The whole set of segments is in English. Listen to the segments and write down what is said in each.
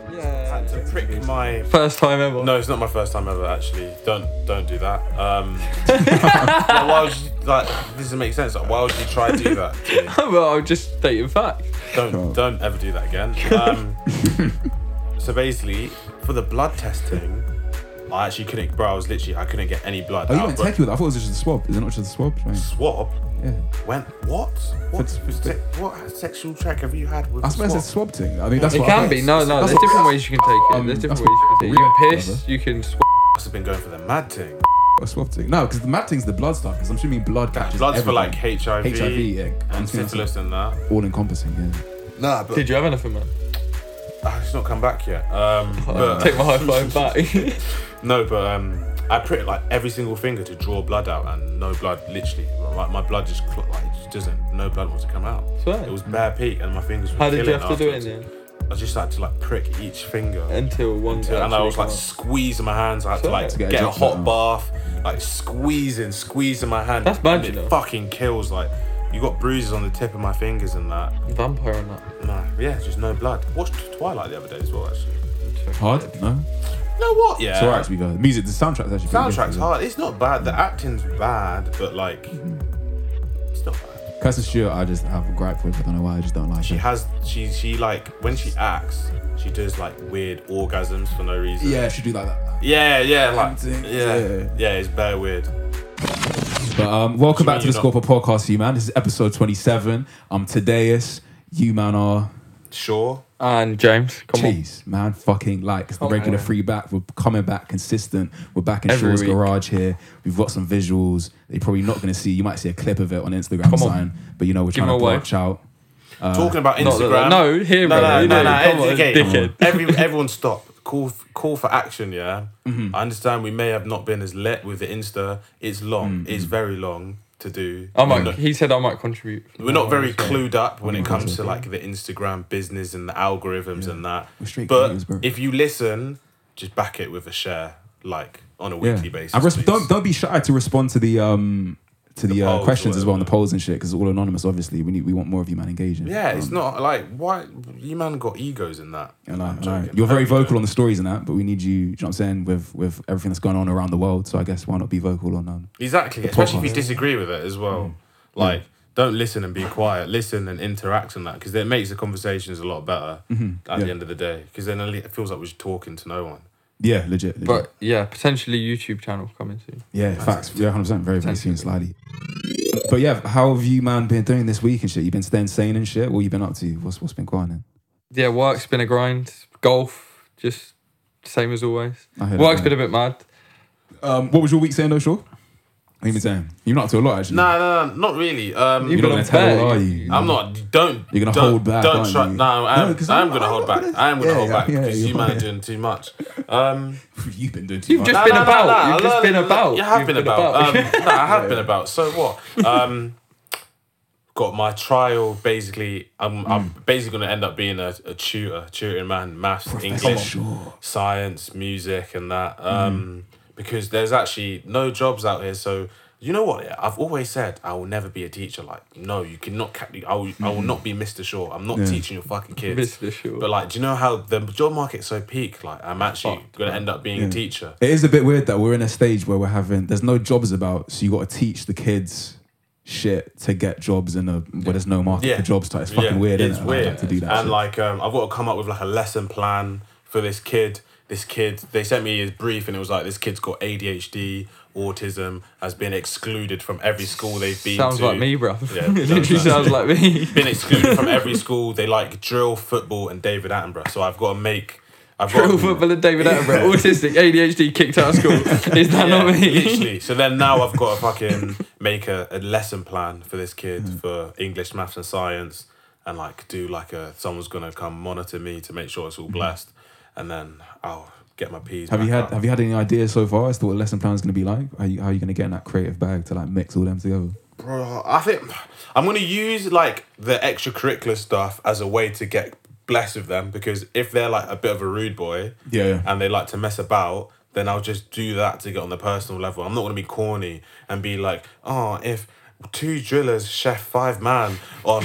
had to prick my. First time ever. No, it's not my first time ever. Actually, don't don't do that. Um, like, why would you, like this doesn't make sense. Like, why would you try to do that? to me? well, I'll just state a fact. Don't don't ever do that again. Um, so basically, for the blood testing, I actually couldn't, bro. I was literally I couldn't get any blood. Oh, you out, went but techie with that. I thought it was just a swab. Is it not just a swab? Right. swab. Yeah. Went what? What, That's- that's- se- what sexual track have you had with I a suppose it's a swab? swab thing. I mean, that's It what I can thought. be. No, no. That's There's what- different ways you can take it. There's Um, different that's ways you can take it. You can weird, piss. brother. You can. Sw- Must have been going for the mad thing. A swab thing. No, because the mad thing's the blood stuff. Because I'm assuming blood catches. Blood's for like everything. HIV, HIV, yeah. I'm and assuming that's syphilis and that. All encompassing. Yeah. Nah, but Did you have anything, man? Ah, it's not come back yet. Um, but, Take my high five back. No, but um, I pricked like every single finger to draw blood out, and no blood. Literally, like my blood just cl- like it just doesn't. No blood wants to come out. Swear. It was bare peak, and my fingers. Were How did you killing have to do it afterwards. then? I just had to like prick each finger. Until one Until- and I actually was like come up. squeezing my hands. I had to Swear. like To get get, a a drop hot out. bath, like squeezing, squeezing my hand. That's bad, and you it know. Fucking kills. Like you got bruises on the tip of my fingers and that. vampire and that. Nah, yeah, just no blood. Watched Twilight the other day as well, actually. Hard? No. You know what? Yeah. It's alright to be good. Music. The soundtrack's actually. pretty good. Soundtrack's hard. It's not bad. The acting's bad, but like, it's not bad. Kirsten Stewart, I just have a gripe with. I don't know why. I just don't like She her. has she she like when she acts, she does like weird orgasms for no reason. Yeah, she do like that. Yeah, yeah, like Something, yeah, yeah. yeah, it's very weird. But um, welcome back to Sure, the you Scorpio Podcast, you man. This is episode 27. I'm Tadeus. You man are Sure. And James, come cheese, man. Fucking likes the Come regular on. free back. We're coming back consistent. We're back in Every Shaw's week. garage here. We've got some visuals. They're probably not going to see. You might see a clip of it on Instagram Come on. sign, but you know we're Give trying them to away. branch out. Uh, Talking about not that- Instagram. no, here, no, brother, no, you no, know, no, come on, okay. dickhead. Every everyone stop. Call f- call for action. Yeah. Mm-hmm. I understand we may have not been as lit with the Insta. It's long. Mm-hmm. It's very long to do. on. I No- might. He said I might contribute. we're not very So- clued up when it comes to like the Instagram business and the algorithms and that. We're straight But commuters, bro. if you listen, just back it with a share, like on a Yeah. weekly basis. And res- please. don't, don't be shy to respond to the. um to the, The uh, polls or questions as well, and the whatever. polls and shit, because it's all anonymous. Obviously, we need we want more of you, man, engaging. yeah, it's Um, not like why you man got egos in that. I know, I'm I know. joking. You're very Hope you vocal don't. on the stories and that, but we need you, you know what I'm saying, with with everything that's going on around the world. So I guess why not be vocal on um Exactly, especially if you podcast. Mm. disagree with it as well. Like, don't listen and be quiet. Listen and interact on that because it makes the conversations a lot better at Mm-hmm. yeah. Mm. the end of the day. Because then at least it feels like we're just talking to no one. Yeah, legit. legit. But yeah, potentially YouTube channel coming soon. yeah, facts. Yeah, 100%. Very, very soon, slightly. But yeah, how have you, man, been doing this week and shit? You've been staying sane and shit? What you been up to? What's What's been going on? Yeah, work's been a grind. Golf, just same as always. I heard Work's that, been a bit mad. Um, what was your week saying, though, Shaw? What you been saying? You're not up to a lot, actually. No, no, no, not really. Um, You You're not going to Well, I'm tell, are back. you? I'm not. Don't. You're gonna don't- hold back, Don't aren't try. you? No, I'm, No, 'cause I'm I'm- gonna I'm hold not back. gonna- I am gonna Yeah, hold back yeah, because you're you man right. are doing too much. Um, You've been doing too You've much. just no, been no, no, about. no, You've no, just been no, no, about. You have You've been, been about. about. Um, no, I have been about. So what? Um, got my trial. Basically, I'm, Hmm. I'm basically gonna end up being a, a tutor, tutoring man, maths, English, Shaw. science, music, and that. Um, Because there's actually no jobs out here. So you know what? Yeah, I've always said I will never be a teacher. Like, no, you cannot. Ca- I will. I will not be Mr. Shaw. I'm not teaching your fucking kids. Mr. Shaw. But like, do you know how the job market's so peak? Like, I'm actually gonna end up being a teacher. It is a bit weird that we're in a stage where we're having there's no jobs about, so you got to teach the kids shit to get jobs in a where there's no market Yeah. for jobs. Type. It's fucking Yeah, weird. It's innit? Like, weird. like, to do that. and shit. like, um, I've got to come up with like a lesson plan for this kid. This kid, they sent me his brief, and it was like, this kid's got ADHD, autism, has been excluded from every school they've been Sounds to. like me, bro. Yeah, Literally sounds like me. been excluded from every school. They like drill, football, and David Attenborough. So I've got to make. I've Pro got footballer David Attenborough, autistic, ADHD, kicked out of school. Is that Yeah, not me? literally. So then now I've got to fucking make a, a lesson plan for this kid Mm. for English, maths, and science, and like do like a someone's gonna come monitor me to make sure it's all blessed, and then I'll get my P's. Mm. have you back had up. have you had any ideas so far as to what lesson plan's going to be like? How you, how you going to get in that creative bag to like mix all them together? Bro, I think I'm gonna use like the extracurricular stuff as a way to get blessed with them because if they're like a bit of a rude boy, Yeah, yeah. and they like to mess about, then I'll just do that to get on the personal level. I'm not gonna be corny and be like, oh, if two drillers chef five man on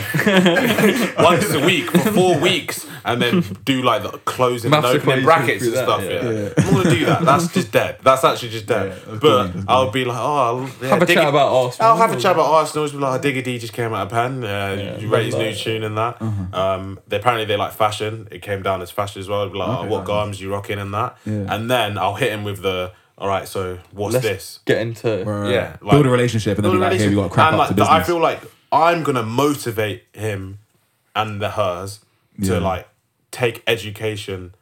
once a week for four weeks and then do like the closing and Maths equations opening brackets and through that, stuff. yeah. Yeah. I'm gonna do that. That's just dead. That's actually just dead. Yeah, that's but good, that's I'll be like, oh, I'll, yeah, Have a Digga- chat about Arsenal. I'll have a chat about Arsenal. Just be like, Digger D just came out of pen. Uh, Yeah, you rate his love new that. Mm-hmm. tune and that. Um, they apparently they like fashion. It came down as fashion as well. Be like, oh, Okay, what nice. garments you rocking and that. Yeah. And then I'll hit him with the, all right, so what's Let's this? get into. Right. Yeah, like- build a relationship and then be like, here we got to crap And, up like, to th- I business. feel like I'm gonna motivate him and the hers to Yeah. like take education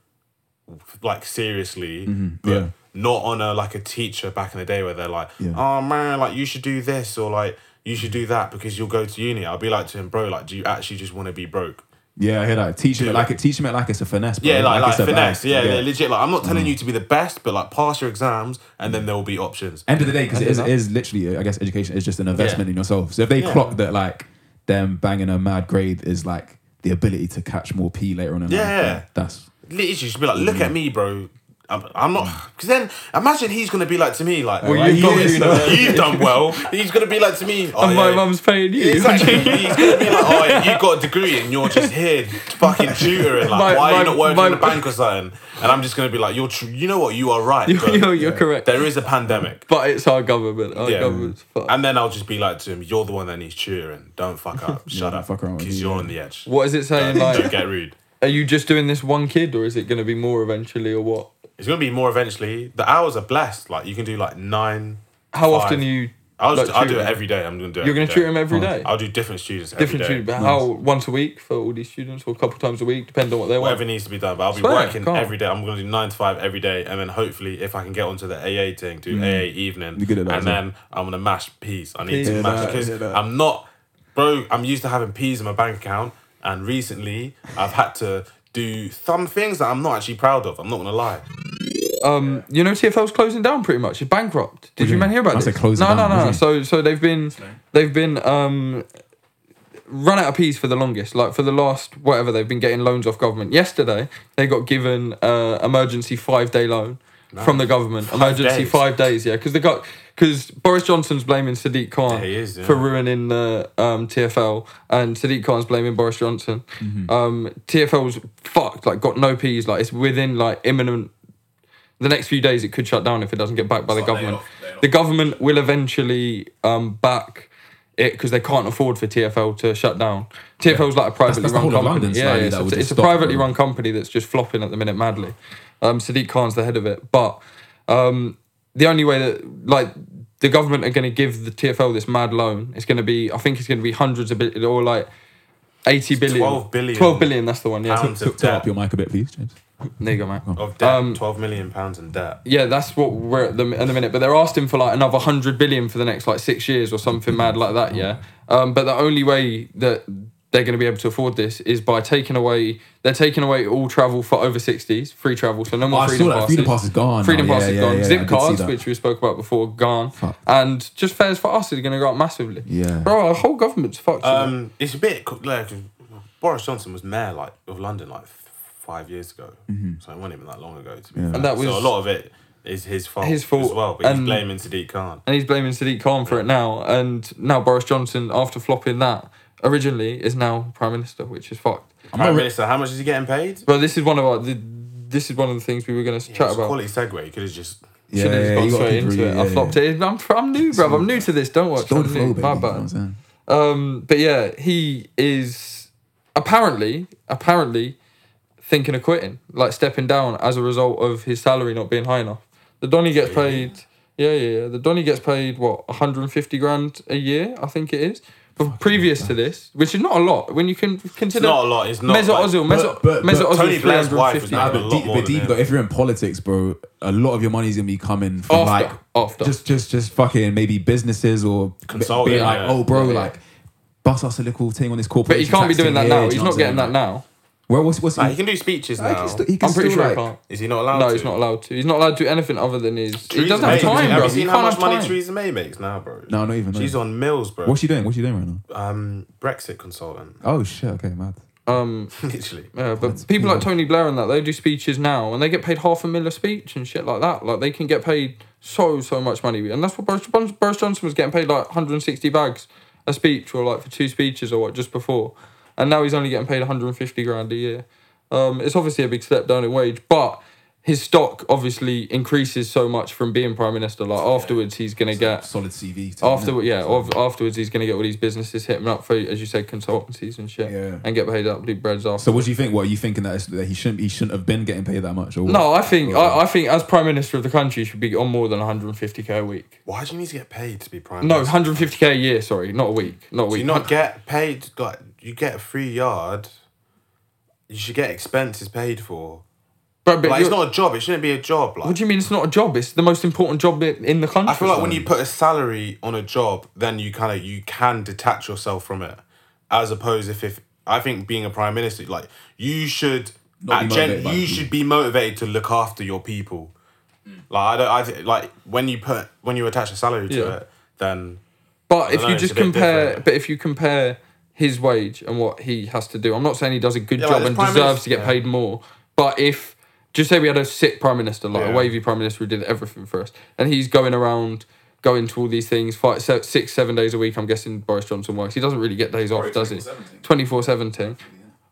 like seriously, but Mm-hmm. yeah. not on a like a teacher back in the day where they're like, Yeah. oh man, like you should do this or like you should do that because you'll go to uni. I'll be like to him, bro, like, do you actually just want to be broke? yeah, I hear that. Teach him it like it. Teach him it like Mm-hmm. it's a finesse. Bro. Yeah, like, like, it's a finesse. bag. Yeah, they're legit. Like, I'm not telling you to be the best, but like pass your exams and then there will be options. End of the day, because it End is, of it that. is literally, I guess, education is just an investment Yeah. in yourself. So if they Yeah. clock that, like them banging a mad grade is like the ability to catch more P later on in life. Yeah. then that's literally just be like, look Mm. at me, bro. I'm, I'm not. Because then imagine he's gonna be like to me, like, Well, "Alright, you've got you've, to do that." you've done well. He's gonna be like to me. Oh, And my yeah. mum's paying you. Exactly. He's gonna be like, oh, yeah, you got a degree and you're just here fucking tutoring. Like, My- why are my- you not working my- in the bank or something? And I'm just gonna be like, you're, tr- you know what, you are right. you're, but you're, you're correct. there is a pandemic. But it's our government. Our Yeah. government's fucked. And then I'll just be like to him, you're the one that needs tutoring. Don't fuck up. Shut don't up. fuck around with Because me, you're yeah. on the edge. What is it saying? Don't Like, get rude. are you just doing this one kid, or is it going to be more eventually, or what? It's gonna be more eventually. The hours are blessed. Like you can do like nine. How five. often are you? I'll, just, like, I'll do it tutoring? every day. I'm gonna do it. You're going to every treat day. him every day. I'll do different students. Every Different day. tutor, but how once a week for all these students, or a couple times a week, depending on what they want. Whatever needs to be done, but I'll be Swear, working God. every day. I'm gonna do nine to five every day, and then hopefully, if I can get onto the AA thing, Mm. do AA evening, You're good at that, and yeah. then I'm gonna mash peas. I need Peas. to Yeah, mash that- because yeah, that. I'm not, bro. I'm used to having peas in my bank account, and recently I've had to do some things that I'm not actually proud of. I'm not gonna lie. Um, you know, TFL's closing down pretty much. It's bankrupt. Did do you you man mean? hear about I this? said closing no, down, no, what no, do you So, mean? so they've been, they've been um, run out of peas for the longest. Like for the last whatever, they've been getting loans off government. Yesterday, they got given uh, emergency five day loan from the government. emergency days? five days, yeah, because they got because Boris Johnson's blaming Sadiq Khan Yeah, he is, yeah. for ruining the um, TFL, and Sadiq Khan's blaming Boris Johnson. Mm-hmm. Um, TFL's fucked. Like got no peas. Like it's within like imminent the next few days it could shut down if it doesn't get backed by the like day government. off, day off. The government will eventually um, back it because they can't afford for TFL to shut down. TFL's like a privately that's the run whole of company. London, yeah, slightly, yeah, it's, that a- would it's just a stop privately them. run company that's just flopping at the minute madly. Um, Sadiq Khan's the head of it, but um, the only way that like the government are going to give the TFL this mad loan, it's going to be I think it's going to be hundreds of billion or like. 80 billion 12 billion 12 billion that's the one yeah Pounds of turn debt. up your mic a bit, please, James. there you go man Oh, Of debt. Um, Twelve million pounds in debt. yeah, that's what we're at the, at the minute. But they're asking for like another hundred billion for the next like six years or something mad like that. Yeah. Um, but the only way that they're going to be able to afford this is by taking away. They're taking away all travel for over sixties, free travel. So no more Oh, I freedom saw that. passes. Freedom pass is gone now. Freedom pass Yeah, is yeah, gone. yeah, I Zip did see cards, that. which we spoke about before, gone. Fucked. And just fares for us is going to go up massively. Yeah. Bro, our whole government's fucked. you know? Um, it's a bit co- like Boris Johnson was mayor like of London like f- five years ago, Mm-hmm. so it wasn't even that long ago. To be fair. And that was- so a lot of it is his fault. His fault, as well, but he's and- blaming Sadiq Khan. and he's blaming Sadiq Khan for it now. And now Boris Johnson, after flopping that originally, is now prime minister, which is fucked. Prime Minister, how much is he getting paid? Well, this is one of our. The, this is one of the things we were going to chat It's a about. quality segue. You could have just Yeah, Should have just yeah, yeah, gone you gotta straight keep into re- it. yeah, I yeah. flopped it. I'm, I'm new, bruv. I'm new to this. Don't watch. Go with I'm the flow, new. baby. My you know what I'm bad. saying? Um, but yeah, he is apparently apparently thinking of quitting, like stepping down as a result of his salary not being high enough. The Donny gets paid. Yeah, yeah, yeah. The Donny gets paid what 150 grand a year, I think it is. But previous to this, which is not a lot, when you can it's consider not a lot. It's not. Mesut like- Ozil, but- Mesut but- Mesut but Ozil, Tony Blair's wife was 350. not- Nah, I've got but a lot deep, more but than deep, him. but if you're in politics, bro, a lot of your money's gonna be coming from After, like after. just just just fucking maybe businesses or b- Consulting, being like, yeah. oh, bro, Yeah, yeah. like bust us a little thing on this But corporate. he can't be doing that now. He's not getting that now. Well, what's what's Nah, he? he can do speeches he now. can st- he can I'm pretty still, sure he like- can't. is he not allowed? No, to? he's not allowed to. He's not allowed to do anything other than his. he Theresa doesn't have May, time, bro. Have you He seen can't how much have money time. Theresa May makes now, bro? No, not even. no. She's on mills, bro. What's she doing? What's she doing right now? Um, Brexit consultant, Oh shit! Okay, mad. Um, literally. yeah, but people like Tony Blair and that, they do speeches now, and they get paid half a mil a speech and shit like that. Like they can get paid so so much money, and that's what Boris, Boris- Boris Johnson was getting paid like 160 bags a speech, or like for two speeches or what just before, and now he's only getting paid 150 grand a year. Um, it's obviously a big step down in wage, but his stock obviously increases so much from being prime minister. Like afterwards, he's gonna get Solid CV. too, after innit? yeah, of- afterwards he's gonna get all these businesses hit him up for as you said consultancies and shit, Yeah. and get paid absolute breads after. So what do you think? What are you thinking that, it's- that he shouldn't he shouldn't have been getting paid that much? Or what? no, I think Or- I, I think as prime minister of the country, he should be on more than 150k a week. Why do you need to get paid to be prime? No, minister? 150k a year. Sorry, not a week, not a Do week. you not get paid? Like you get a free yard. You should get expenses paid for. But- but Like it's you're- not a job. It shouldn't be a job. Like What do you mean it's not a job? It's the most important job i- in the country. I feel like when you put a salary on a job, then you kind of you can detach yourself from it, as opposed if if I think being a prime minister, like you should, Not be at motivated gen, by you people. should be motivated to look after your people. Mm. Like I don't, I th- like when you put when you attach a salary to Yeah. it, then But if don't you know, just it's a bit compare, different. but if you compare his wage and what he has to do, I'm not saying he does a good Yeah, like job this and prime deserves to minister- get yeah. paid more. But if just say we had a sick prime minister, like a Yeah. wavy prime minister who did everything for us, and he's going around going to all these things, fight se- six, seven days a week. I'm guessing Boris Johnson works. He doesn't really get days off, does he? 24/7. 24 17.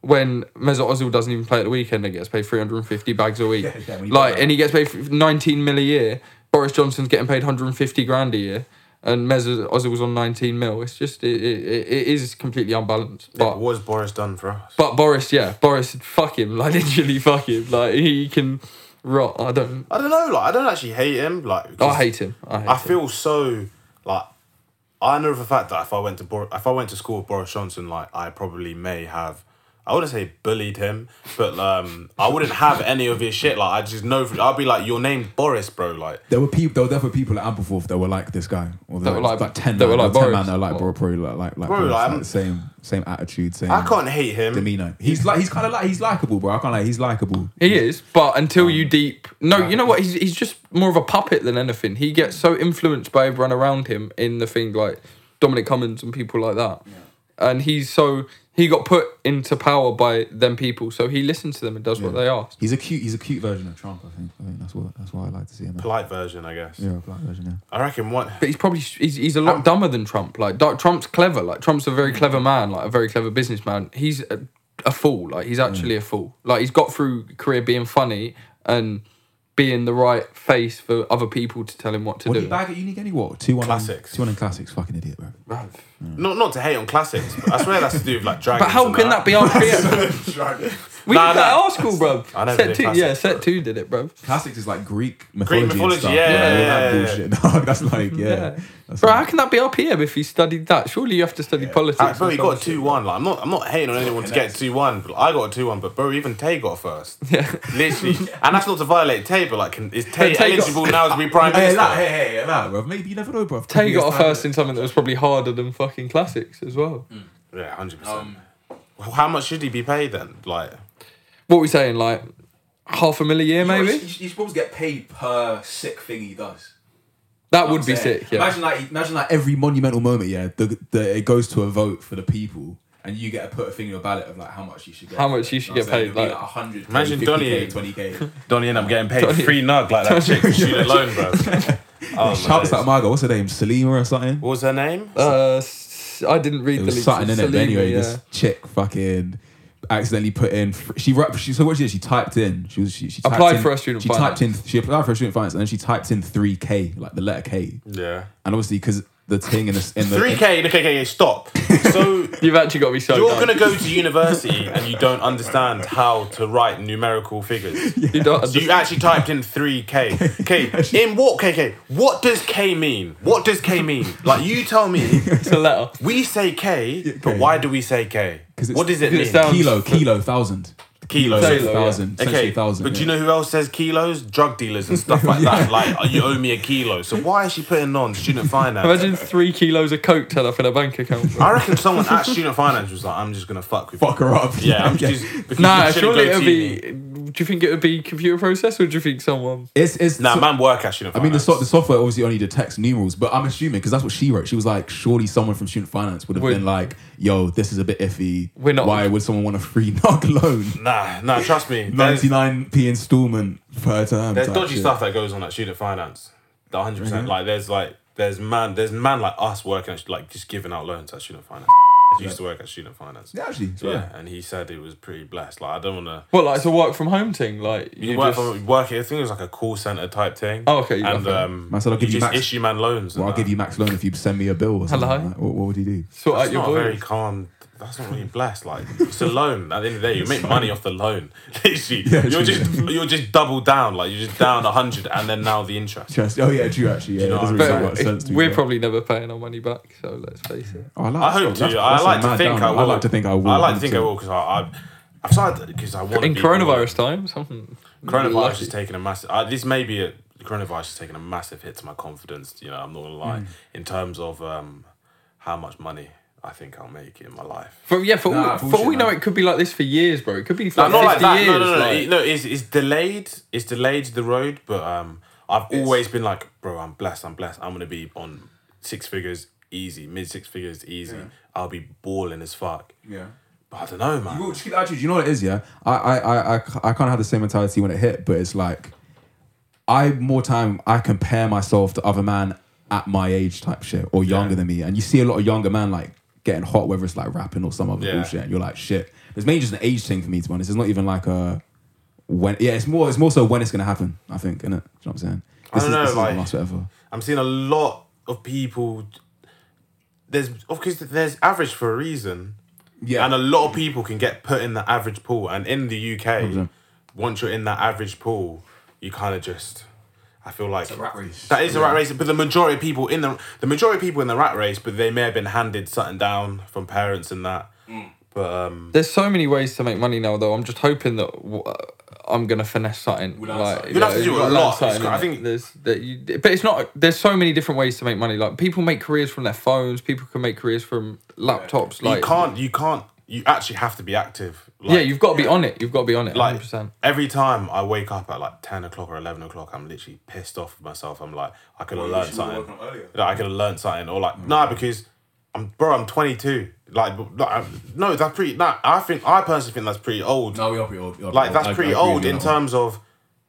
When Mesut Ozil doesn't even play at the weekend and gets paid 350 bags a week. yeah, when you like, put that- and he gets paid 19 mil a year. Boris Johnson's getting paid 150 grand a year. And Mesut Ozil was on 19 mil. It's just, it, it, it it is completely unbalanced. But what was Boris done for us? but Boris, yeah, Boris, fuck him. Like, literally, fuck him. Like, he can rot. I don't, I don't know. Like I don't actually hate him. Like I hate him. I, hate I him. feel so like I know for a fact that if I went to Bor- if I went to school with Boris Johnson, like I probably may have. I wouldn't say bullied him, but um, I wouldn't have any of his shit. Like I just know, for, I'd be like, "Your name Boris, bro." Like There were people. There were definitely people at Ampleforth that were like this guy, or there That were were like, like- ten. that man, were like there ten Boris. man that were like bro, probably like like like, Bro, Boris, like, like, I'm- same same attitude, same I Mm. can't hate him. demeanor. He's like he's kind of like he's likable, bro. I can't like he's likable. He is, but until you deep, no, you know what? He's he's just more of a puppet than anything. He gets so influenced by everyone around him in the thing like Dominic Cummins and people like that, and he's so he got put into power by them people, so he listens to them and does what they ask. He's a cute. He's a cute version of Trump. I think. I think that's what that's what I like to see him. polite version, I guess. Yeah, a black version. Yeah. I reckon one. But he's probably he's, he's a lot dumber than Trump. Like Doc- Trump's clever. Like Trump's a very clever man. Like a very clever businessman. He's a, a fool. Like he's actually a fool. Like he's got through career being funny and being the right face for other people to tell him what to What do. did he bag at uni again? He What two one Classics. Two one in classics. Fucking idiot, bro. Bruv. Not not to hate on classics. But I swear that's to do with like dragons. But how and can that, be our career? we Nah, did that at nah. our school, bro. I never Set did two, classics, yeah, set bro. two did it, bro. Classics is like Greek mythology. mythology, and stuff. yeah, yeah, all that yeah, yeah. bullshit, dog. That's like yeah. Yeah. That's Bro, like- how can that be our PM if he studied that? Surely you have to study politics. Ah, bro, and you got a some shit. two one. Like I'm not, I'm not hating on anyone to get two one. But I got a two one. But bro, even Tay got a first. Yeah. Literally, and that's not to violate Tay. But like, can, is Tay Tay got- eligible now to be prime Hey, minister? that, hey, hey, hey, that, bro. Maybe you never know, bro. Tay got a first in something that was probably harder than fucking classics as well. Mm. Yeah, hundred percent. How much should he be paid then? Like, What are we saying, like half a million a year You maybe? should, you should probably get paid per sick thing he does. That would be Saying, sick, yeah. Imagine like, imagine Imagine like every monumental moment, yeah, the, the, it goes to a vote for the people, and you get to put a thing in your ballot of like how much you should get. How much you should get paid, like, like- like hundred. Imagine Donny- twenty k. Donnie end up getting paid free nug like that chick student loan, bro. Oh, my Shouts days. out my girl. What's her name? Selima or something. what was her name? Uh, s- I didn't read It the was leaks something of in it. But Salimi, anyway, yeah. this chick fucking accidentally put in. fr- She rep- she so what she did? She typed in. She was she, she typed Applied in- for a student She typed in. She applied for a student finance, and then she typed in three K, like the letter K, Yeah. and obviously because the thing in the in the Three K. Okay, okay, stop. So You've actually got to be so you're dumb. gonna go to university and you don't understand how to write numerical figures. You don't So you actually typed in three K. K. In what K K? What does K mean? What does K mean? Like you tell me. it's a letter. We say K, but K. why do we say K? 'Cause it's- What does it because mean? it sounds- kilo kilo thousand Kilo. Kilo, yeah. thousand essentially Okay, thousand. but do you yeah. know who else says kilos? Drug dealers and stuff like that. Like, oh, you owe me a kilo. So why is she putting on student finance? Imagine three kilos of coke turned up in a bank account. bro. I reckon someone at student finance was like, "I'm just gonna fuck with." you." fuck her up? Yeah, I'm Okay. just. because Nah, you shouldn't surely go it to would uni. be. Do you think it would be computer processed, or do you think someone? It's it's Nah, so- man, work at student I finance. mean, the, so- the software obviously only detects numerals, but I'm assuming because that's what she wrote. She was like, surely someone from student finance would have Would- been like, "Yo, this is a bit iffy. We're not- Why would someone want a free knock loan? Nah, nah, trust me. There's, 99p installment per term." there's type dodgy shit. Mm-hmm. stuff that goes on at student finance. The 100 percent. Like, there's like, there's man, there's man like us working at like just giving out loans at student finance. used to work at student finance. Yeah, actually, it's Yeah, right. and he said he was pretty blessed. Like I don't want to. Well, like it's a work from home thing. Like You, you work just, from work. I think it was like a call center type thing. Oh, okay, you- And okay. um, Man said, "I'll give you just max- issue man loans. Well, and I'll give that. you max loan if you send me a bill or something. Hello? like that. What, what would you do? sort out That's your not a very boy. calm. That's not really blessed. Like it's a loan. At the end of the day, you make money off the loan. Literally, Yeah, you're true. just you're just double down. Like you're just down a hundred, and then now the interest. Trust. Oh yeah, true. Actually, yeah, know it doesn't what really I'm make saying? much sense to me, We're but- probably never paying our money back, so let's face it. Oh, like I hope that. to. That's- I that's a like to mad think down. I will. I like to think I will. I like to think I 100%. will because I, I I've started because I want to In be coronavirus times, I'm Coronavirus lucky. is taking a massive. Uh, this may be a, coronavirus is taking a massive hit to my confidence. You know, I'm not gonna lie. Hmm. In terms of um, how much money I think I'll make in my life. For, yeah, for Nah, all, for all bullshit, we know, man. it could be like this for years, bro. It could be for No, like not like 50 that. years. no, no, no, no. like- It- no. It's it's delayed. It's delayed the road, but um, I've always been like, bro, I'm blessed. I'm blessed. I'm gonna be on six figures easy, mid six figures easy. I'll be balling as fuck. Yeah. But I don't know, man. Well, just keep the attitude. You know what it is, yeah. I, I, I, I, I kind of had the same mentality when it hit, but it's like, I more time I compare myself to other man at my age type shit or younger than me, and you see a lot of younger man like getting hot, whether it's like rapping or some other Yeah. bullshit, and you're like, shit. It's mainly just an age thing for me to be honest. It's not even like a when. Yeah, it's more. It's more so when it's gonna happen. I think, innit? Do you know what I'm saying? I This don't know, is, this like- isn't last forever. I'm seeing a lot of people. There's of course there's average for a reason, Yeah. and a lot of people can get put in the average pool. And in the UK, 100%. once you're in that average pool, you kind of just. I feel like a rat race. that is a rat race, but the majority of people in the the majority of people in the rat race, but they may have been handed something down from parents and that. Mm. But um, There's so many ways to make money now, though. I'm just hoping that w- uh, I'm gonna finesse something. We'll learn like, something. You'll have to yeah, do a we'll learn lot. It's something, got- I innit? think- there's that you, but it's not. There's so many different ways to make money. Like people make careers from their phones. People can make careers from laptops. Like you can't, you can't, you actually have to be active. Like, yeah, you've got to be on it. You've got to be on it. like 100%. every time I wake up at like ten o'clock or eleven o'clock, I'm literally pissed off with myself. I'm like, I could Well, have you should have learned something. woken up earlier. Like, I could have learned something, or like, nah, because I'm bro, I'm 22. Like, b- like, I'm- no, that's pretty. Nah, I think I personally think that's pretty old. Oh, No, we are pretty old. we are like, pretty that's old. I- pretty I agree with old you in on that one. terms of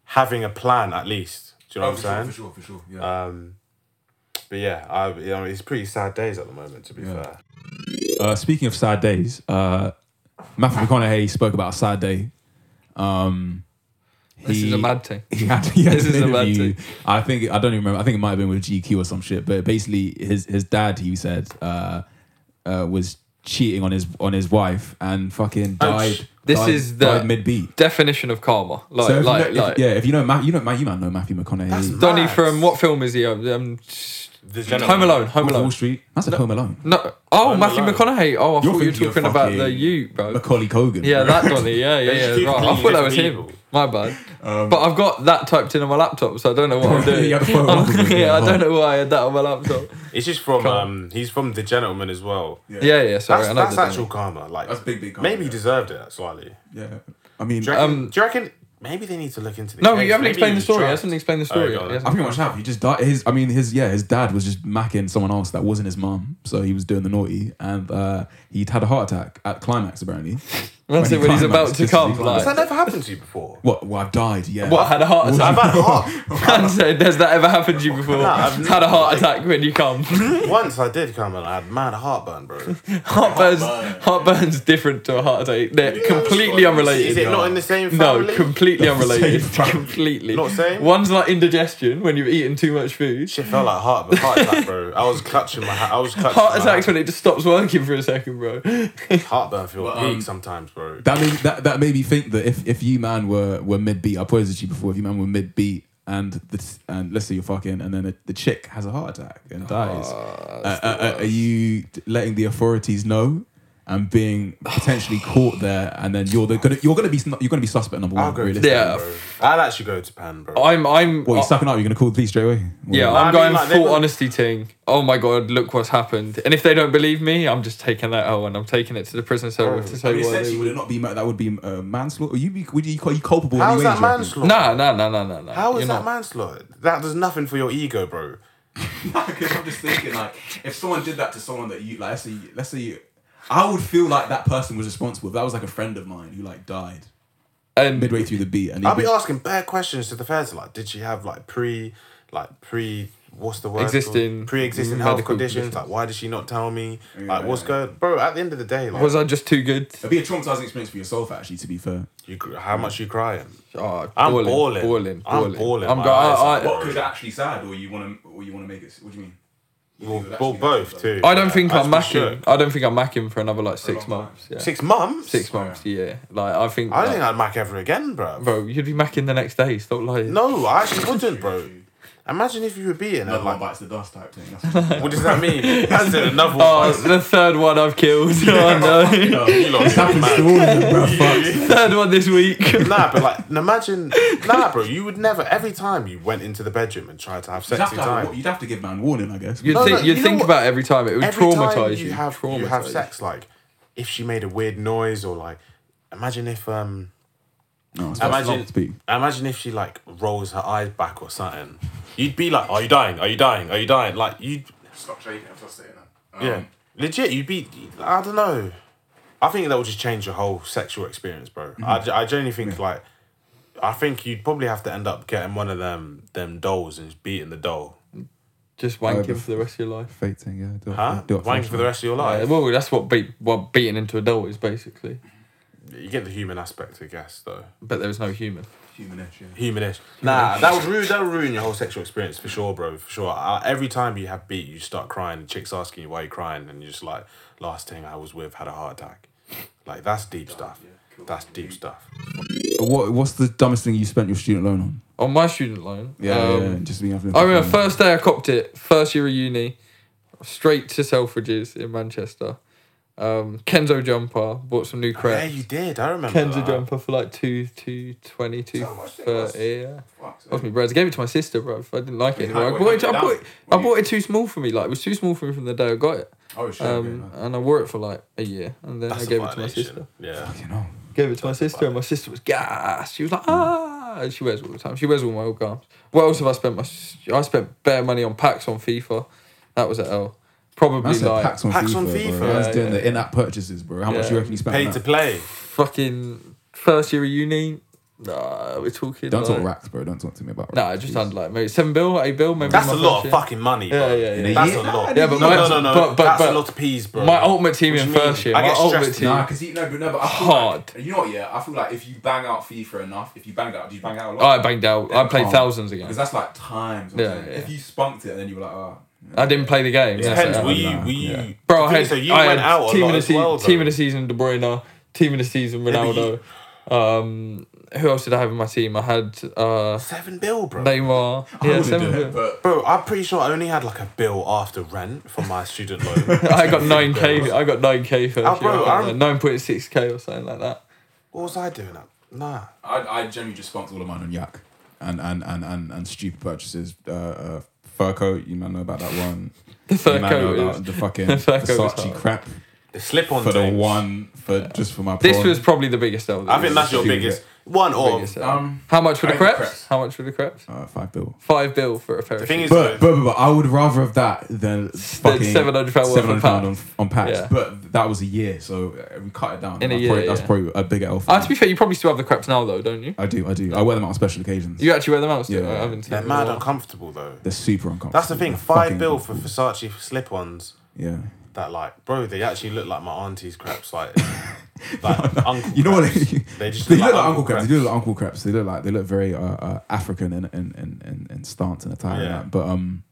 having a plan, at least. Do you know Oh, what for sure, I'm saying? Um, for sure, for sure. Yeah. But yeah, I, you know, it's pretty sad days at the moment. To be fair, Uh, speaking of sad days, uh, Matthew McConaughey spoke about a sad day. Um, This is he- a mad thing. he had, he had This an is a bad interview. take. I think I don't even remember. I think it might have been with GQ or some shit. But basically, his his dad, he said, uh, uh, was cheating on his on his wife and fucking Oh, died. sh- this died- is the- died mid beat. Definition of karma. Like So if like you know, if- like. yeah, if you know Matt, you know Matt, you might know Matthew McConaughey. That's Wolf Donnie Mad. from what film is he? Um, um, The Home gentleman- Alone. Home of Alone. Wall Street. That's a Home Alone. No. Oh, Home Matthew Alone. McConaughey. Oh, I You're thought you were thinking of talking about the fucking Ute, bro. Macaulay Cogan. yeah, that Donnie. Yeah, yeah, They're yeah. two Right. I completely thought that was different him. people. My bad. Um, but I've got that typed in on my laptop, so I don't know what I'm doing. You have a photo of him, yeah, yeah. I don't know why I had that on my laptop. It's just from Come on. um, he's from the gentleman as well. Yeah, yeah. Sorry, That's, I know that's the actual karma. Like That's big, big karma, Maybe he yeah. deserved it slightly. yeah. I mean, Do you, reckon, Um, do you reckon? Maybe they need to look into this. No, case. you haven't Maybe explained he the was story. drugged. I haven't explained the Oh, story. got yet. it. He hasn't. I pretty much have. He just died. His, I mean, his yeah, his dad was just macking someone else that wasn't his mum, so he was doing the naughty, and uh, he'd had a heart attack at climax apparently. That's it, when he's climaxed, about to just as he come, climaxed. Has that never happened to you before? What? Well, I've died. Yeah. What had a heart I've attack? had heart. I said, Has that ever happened to you before? Nah, I've had a heart like- attack when you come. Once I did come and I had mad heartburn, bro. Heartburn's heartburn's different to a heart attack. They're completely unrelated. Is it not in the same No, family? completely unrelated. family. completely. Not same? One's like indigestion when you've eaten too much food. Shit felt like heart, heart attack, bro. I was clutching my. ha- I was clutching Heart my attacks hand. when it just stops working for a second, bro. Heartburn feel But, peak um, sometimes, bro. That made that, that made me think that if, if you man were were mid beat, I posed it to you before. If you man were mid beat and the, and let's say you're fucking, and then the- the chick has a heart attack and dies, Ah, uh, uh, uh, are you letting the authorities know? And being potentially caught there, and then you're the gonna, you're gonna be you're gonna be suspect number I'll one. go to realistically. Yeah. Japan, bro. I'd actually go to Japan, bro. I'm I'm uh, Well, you're sucking up. You're gonna call the police straight away. yeah, I I'm mean, going like, they full were- honesty ting. Oh my god, look what's happened. And if they don't believe me, I'm just taking that L and I'm taking it to the prison server to I say mean, why essentially, they would it not be ma- that would be uh, manslaughter? You be would you call you culpable? How's anyway, that do you reckon? manslaughter? Nah, nah, nah, nah, nah, nah. How is You're not. that manslaughter? That does nothing for your ego, bro. Because I'm just thinking, like, if someone did that to someone that you, like, let's say, let's say you, I would feel like that person was responsible. If That was like a friend of mine who like died And midway through the beat, and he'd I'll be asking bad questions to the fans, like, did she have like pre, like pre what's the word? Existing pre-existing health medical conditions. conditions. Like, why did she not tell me? Yeah. Like, what's going, bro? At the end of the day, like, Was I just too good? It'd be a traumatizing experience for yourself, actually. Actually, to be fair, you, cr- how much you crying? Oh, I'm balling, balling. balling, I'm balling. balling, I'm my go- eyes I, are I, balling. What could actually sad, or you want to, or you want to make it? What do you mean? You Well, think it well, would actually both make too. it I don't think That's I'm for macking. sure. I don't think I'm macking for another like six a long time. months. Yeah. Six, Six months. months. Yeah. Like I think. I don't like, think I'd mac ever again, bro. Bro, you'd be macking the next day. Stop lying. No, I actually wouldn't, bro. Imagine if you were beating her. Another one Like, bites the dust type thing. That's what what does that mean? That's it, another Oh, one. it's the third one I've killed. Oh no, You lot are happens to all of them, bro. Fuck. third one this week. Nah, but like, imagine, nah, bro. You would never. Every time you went into the bedroom and tried to have You'd sex have in to have, a- time, you'd have to give man warning, I guess. You'd No, think no, you'd you know think what? about it every time. It would every time traumatize you have you have sex, like, if she made a weird noise or like, imagine if um, No, it's imagine, not speak. imagine if she like rolls her eyes back or something. You'd be like, are you dying? Are you dying? Are you dying? Like you, Stop Um, shaking. I'm just saying that. yeah, legit. You'd be, I don't know. I think that would just change your whole sexual experience, bro. I, ge- I genuinely think like, I think you'd probably have to end up getting one of them them dolls and just beating the doll. Just wanking Over. for the rest of your life. Fate thing, yeah. Do it- Huh? do it Wanking first, for the man. rest of your Yeah, life. well, that's what beat what beating into a doll is basically. You get the human aspect, I guess, though. But there was no human. Humanish. Yeah. Humanish. Nah, that would ruin that would ruin your whole sexual experience for sure, bro. For sure. I, every time you have beat, you start crying. and chicks asking you why you're crying, and you're just like, "Last thing I was with had a heart attack." Like that's deep stuff. That's deep stuff. What, what's the dumbest thing you spent your student loan on? On my student loan. Yeah, um, yeah, yeah, just being having. I remember first day I copped it, first year of uni, straight to Selfridges in Manchester. Um, Kenzo jumper, bought some new Oh, Yeah, crepes. you did. I remember. Kenzo that. jumper for like two, two twenty, two how much it was? thirty. Yeah. Fuck. so- That was me, bros. I gave it to my sister, bro. I didn't like it Yeah, anymore. I wait, bought it. I wait, bought wait, it, I wait. bought it too small for me. Like it was too small for me from the day I got it. Oh shit. okay, Um, nice. and I wore it for like a year, and then That's I a gave it to my violation. sister. Yeah. You know. Gave it to my sister, and my sister was gas. She was like, ah. And she wears it all the time. She wears all my old garms. What else have I spent? My s- I spent bare money on packs on FIFA. That was at L. Probably That's like like packs on Packs FIFA. on FIFA. Bro. I was Yeah, doing yeah, the in-app purchases, bro. How much Yeah. you reckon you spent? on Pay that? to play. fucking first year of uni. Nah, we're talking. Don't like, talk racks, bro. Don't talk to me about racks. Nah, just Jeez. under like maybe seven bill, eight bill, maybe. That's my a lot first of year. fucking money, bro. Yeah, yeah, yeah. That's Yeah, a lot. Yeah, but no, my- no, no, no. but- but- That's but- a lot of peas, bro. My ultimate team What in do you mean? first year. I My get ultimate stressed. team. Nah, because you know, but no, but I feel Hard. Like, you know what? Yeah, I feel like if you bang out FIFA enough, if you bang out, do you bang out a lot? I banged out. I played Oh. thousands again. Because that's like times. I'm Yeah, saying. yeah. If you spunked it and then you were like, oh, I didn't play the game. It that's depends. it. Were you, Yeah. were you, Bro, I had, so you I went had out a team lot of the as well, season, team though. of the season, De Bruyne. Team of the season, but Ronaldo. Um, who else did I have in my team? I had uh, Seven bill, bro. Neymar. Yeah, wouldn't seven. do bill. it, but Bro, I'm pretty sure I only had like a bill after rent for my student loan. I got nine k. I got nine k for Oh, bro, I rem- nine point six k or something like that. what was I doing? That? Nah. I, I generally just spunked all of mine on on you. yak and and and and, and stupid purchases. Uh, uh, fur coat, you man know about that one. The you third man know coat. about is- the fucking the fur coat was Versace hard. crap The slip on for the things. one for just for my. This prawn. was probably the biggest sell. I think that's your Huge. biggest one or biggest sell. Um, How much for the I think the crepes? crepes. How much for the crepes? uh, five bill. Five bill for a pair. the of thing shoes. is But, though, but but but I would rather have that than fucking £700 worth of £700 on, packs. on packs. Yeah. But that was a year, so uh, we cut it down. In a That's year, probably- that's yeah. probably a big L. for Ah, me. to be fair, you probably still have the crepes now though, don't you? I do, I do. I wear them out on special occasions. You actually wear them out still? Yeah. I haven't seen they're them mad in a while. uncomfortable though. They're super uncomfortable. That's the thing. They're Five fucking bill for uncomfortable. Versace slip ons yeah. that like, bro, they actually look like my auntie's craps, like like uncle. You know what? craps. They They, just look like Uncle Krebs. craps. They look like Uncle Krebs. They look like they look very uh, uh, African and and and and, and stance and attire. And Yeah. that. But um,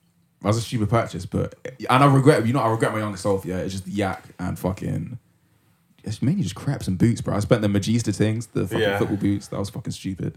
that was a stupid purchase. But and I regret. You know, I regret my younger self. Yeah, it's just yak and fucking. It's mainly just craps and boots, bro. I spent the Magista things, the fucking Yeah. football boots. That was fucking stupid.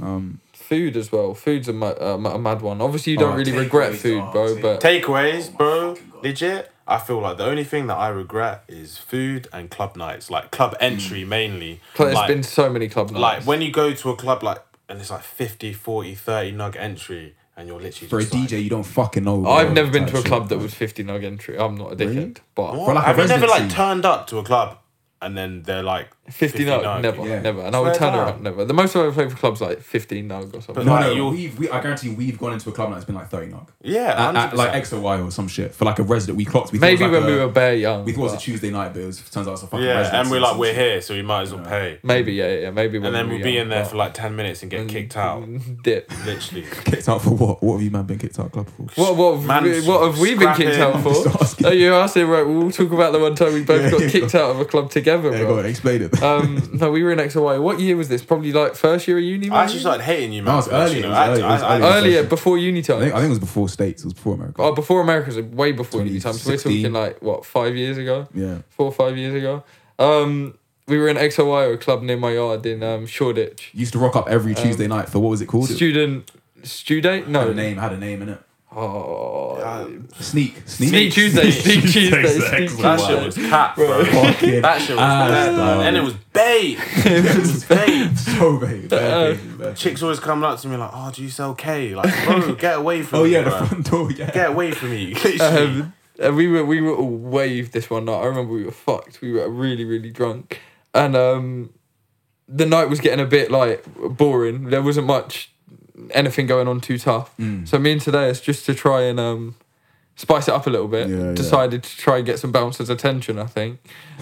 Um, Food as well. Food's a, ma- uh, ma- a mad one. Obviously, you don't Oh, really takeaways regret food, are- bro, take- but Takeaways, Oh my bro. fucking God. Legit. I feel like the only thing that I regret is food and club nights, like club entry mainly. but there's like, been so many club nights. like when you go to a club like and it's like 50, 40, 30 nug entry and you're literally for a just like, DJ, you don't fucking know. I've bro, never been type to a shit. club that was 50 nog entry. I'm not a dickhead, Really? but What? For like a Have you never like residency. turned up to a club and then they're like 50 nug, 59, never, yeah. never. And I would Swear turn down. around, never. The most I've ever played for clubs like 15 nug or something. But- No, Like, no, you'll- we've, we, I guarantee we've gone into a club night that's been like 30 knock. Yeah, At- at, 100%. like X or Y or some shit for like a res that we clocked. We thought it Maybe was like when we a- were bare young. We thought it was a but Tuesday night, but it was, turns out it's a fucking yeah, residence and we're or like some we're shit. here, so we might as well pay. Maybe, yeah, yeah, yeah, maybe. when And then we we'll were be young, in there but- for like ten minutes and get kicked out. Dip. Literally, Mm. Kicked out for what? What have you man been kicked out of club for? What what have Man, we- what have we been kicked out scrapping. I'm just for? asking. Oh, you asked it right. We'll talk about the one time we both Yeah, got yeah, kicked out of a club together, Yeah, go bro. on, explain it. um, no, we were in XY. What year was this? Probably like first year of uni. I Maybe? actually started hating you, man. No, it was for this, early, you know. it was I- early, it was I- I- early. earlier before uni I time. think, I think it was before States, it was before America. oh, before America, so way before uni time. So we're 2016. talking like what five years ago, Yeah. four or five years ago. Um, we were in XY, a club near my yard in um, Shoreditch. Used to rock up Um, every Tuesday night for what was it called? It Student, student, had no a name, had a name in it. Oh, Sneak. Sneak, Sneak Tuesday, Sneak Tuesday, Tuesdays, Sneak That shit Tuesday. was cat, bro. Fucking That shit was ass, bad, Ah, dog. man. And it was bait. It was bait. so big. Uh, Chicks always come up to me like, "Oh, do you sell K?" Like, bro, get away from Oh me. yeah, the bro. front door. Yeah. get away from me. Literally. Um, and we were we were all waved this one night. I remember we were fucked. We were really really drunk, and um, the night was getting a bit like boring. There wasn't much anything going on too tough. Mm. So me and Tadeus just to try and um, spice it up a little bit, Yeah, yeah. decided to try and get some bouncers' attention. I think,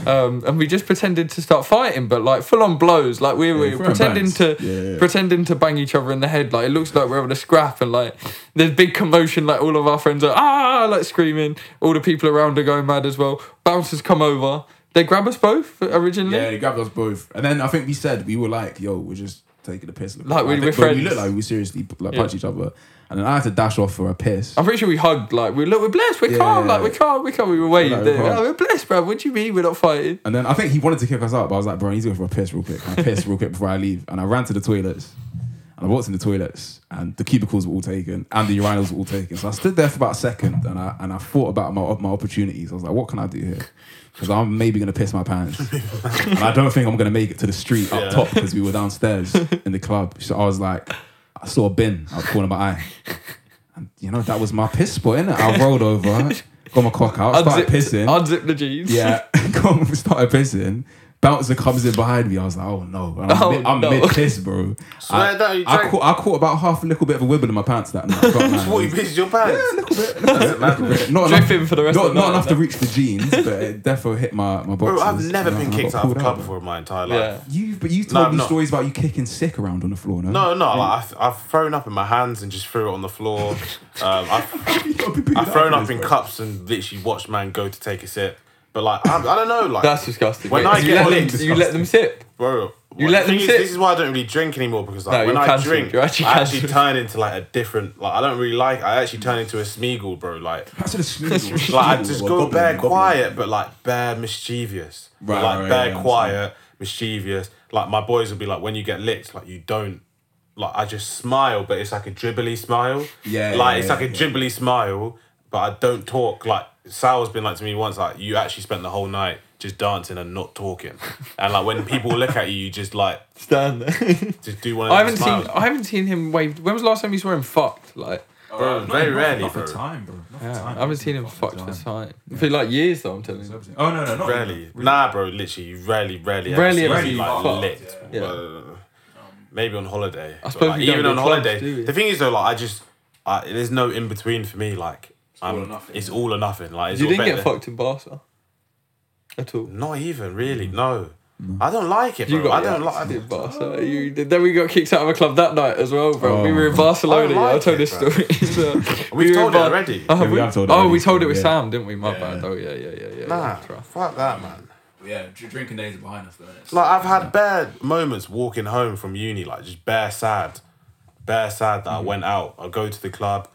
um, and we just pretended to start fighting, but like full on blows. Like we were full on pretending bangs. to Yeah, yeah. pretending to bang each other in the head. Like it looks like we're having a scrap, and like there's big commotion. Like all of our friends are ah, like screaming. All the people around are going mad as well. Bouncers come over. They grab us both originally. Yeah, they grabbed us both, and then I think we said we were like, "Yo, we're just taking the piss." Like, we- I think- we're but friends. We looked like we seriously like Yeah. punched each other, and then I had to dash off for a piss. I'm pretty sure we hugged. Like we look, we're blessed. We're Yeah, calm. yeah, Like we're yeah. calm. We calm. We were waved. Like, Like, we're calm. we're blessed, bro. What do you mean we're not fighting? And then I think he wanted to kick us out, but I was like, "Bro, I need to go for a piss real quick." And I pissed real quick before I leave, and I ran to the toilets, and I walked in the toilets, and the cubicles were all taken, and the urinals were all taken. So I stood there for about a second, and I and I thought about my my opportunities. I was like, "What can I do here?" Because I'm maybe gonna piss my pants, and I don't think I'm gonna make it to the street up Yeah. top because we were downstairs in the club. So I was like, I saw a bin out the corner of my eye, and you know that was my piss spot. innit? I rolled over, got my cock out, started pissing. Unzip the jeans. Yeah, Gone, started pissing. Bouncer comes in behind me. I was like, oh no. And I'm, Oh, mid, I'm no. mid piss, bro. I, Swear down, you I, drank- caught, I caught about half a little bit of a wibble in my pants that night. I can't lie. What you pissed your pants? That's madness. not Dripping for the rest not, of the not night, enough to then. reach the jeans, but it definitely hit my, my boxes. Bro, I've never and I- been I got kicked out of pulled a club bro. before in my entire life. Yeah. You, but you No, told I'm me not. stories about you kicking sick around on the floor, no? No, no, like, I've, I've thrown up in my hands and just threw it on the floor. Um, I've, You've gotta be big I've thrown for up this, in bro. cups and literally watched man go to take a sip. But like, I'm, I don't know, like, That's disgusting. When Wait, I you get let them- licked- you let them sip. bro. You what- let the thing them is, sit. This is why I don't really drink anymore because like No, when you're I cancelled. drink, You're actually I actually cancelled. turn into like a different. Like I don't really like. I actually turn into a Smeagol, bro. Like That's a Smeagol. like I just Or go goblin, bare goblin. quiet, but like bare mischievous. Right, like right, bare yeah, I quiet, mischievous. Like my boys would be like, when you get licked, like you don't. Like I just smile, but it's like a dribbly smile. Yeah, Like yeah, it's yeah, like a yeah. dribbly smile, but I don't talk. Like Sal's been like to me once, like you actually spent the whole night just dancing and not talking, and like when people look at you, you just like Stand there. just do one. Of I them haven't smiles. seen. I haven't seen him wave. When was the last time you saw him fucked? Like. Bro, Not- very not- rarely, Not for bro. time, bro. Not for Yeah, time. I haven't seen him Not fucked for time. time. For like years though, I'm telling you. Oh no, no, not Rarely. Nah, bro, literally, you rarely, rarely, ever Rarely see ever me, see like, fucked. licked. Yeah. Uh, maybe on holiday. I suppose like, we don't even go on clubs, holiday. do we? The thing is, though, like, I just, I, there's no in between for me. Like, it's all or nothing. It's all or nothing. Like, it's You all didn't better get than- fucked in Barca. At all. Not even really. No, I don't like it, bro. Mm. You got I don't yanked like. in Barca. You did. Then we got kicked out of a club that night as well, bro. we Oh. were in Barcelona. I don't yeah, I like told it, this bro. story. So, We've were in told it Bar- already. Oh, Yeah, we we, have told it oh, already, we told it so, with yeah. Sam, didn't we? My Yeah. bad. Oh yeah, yeah, yeah, yeah. Nah, yeah. fuck that, man. Yeah, dr- drinking days are behind us though. innit? Like I've had bare moments walking home from uni, like just bare sad, bare sad that Mm. I went out. I go to the club,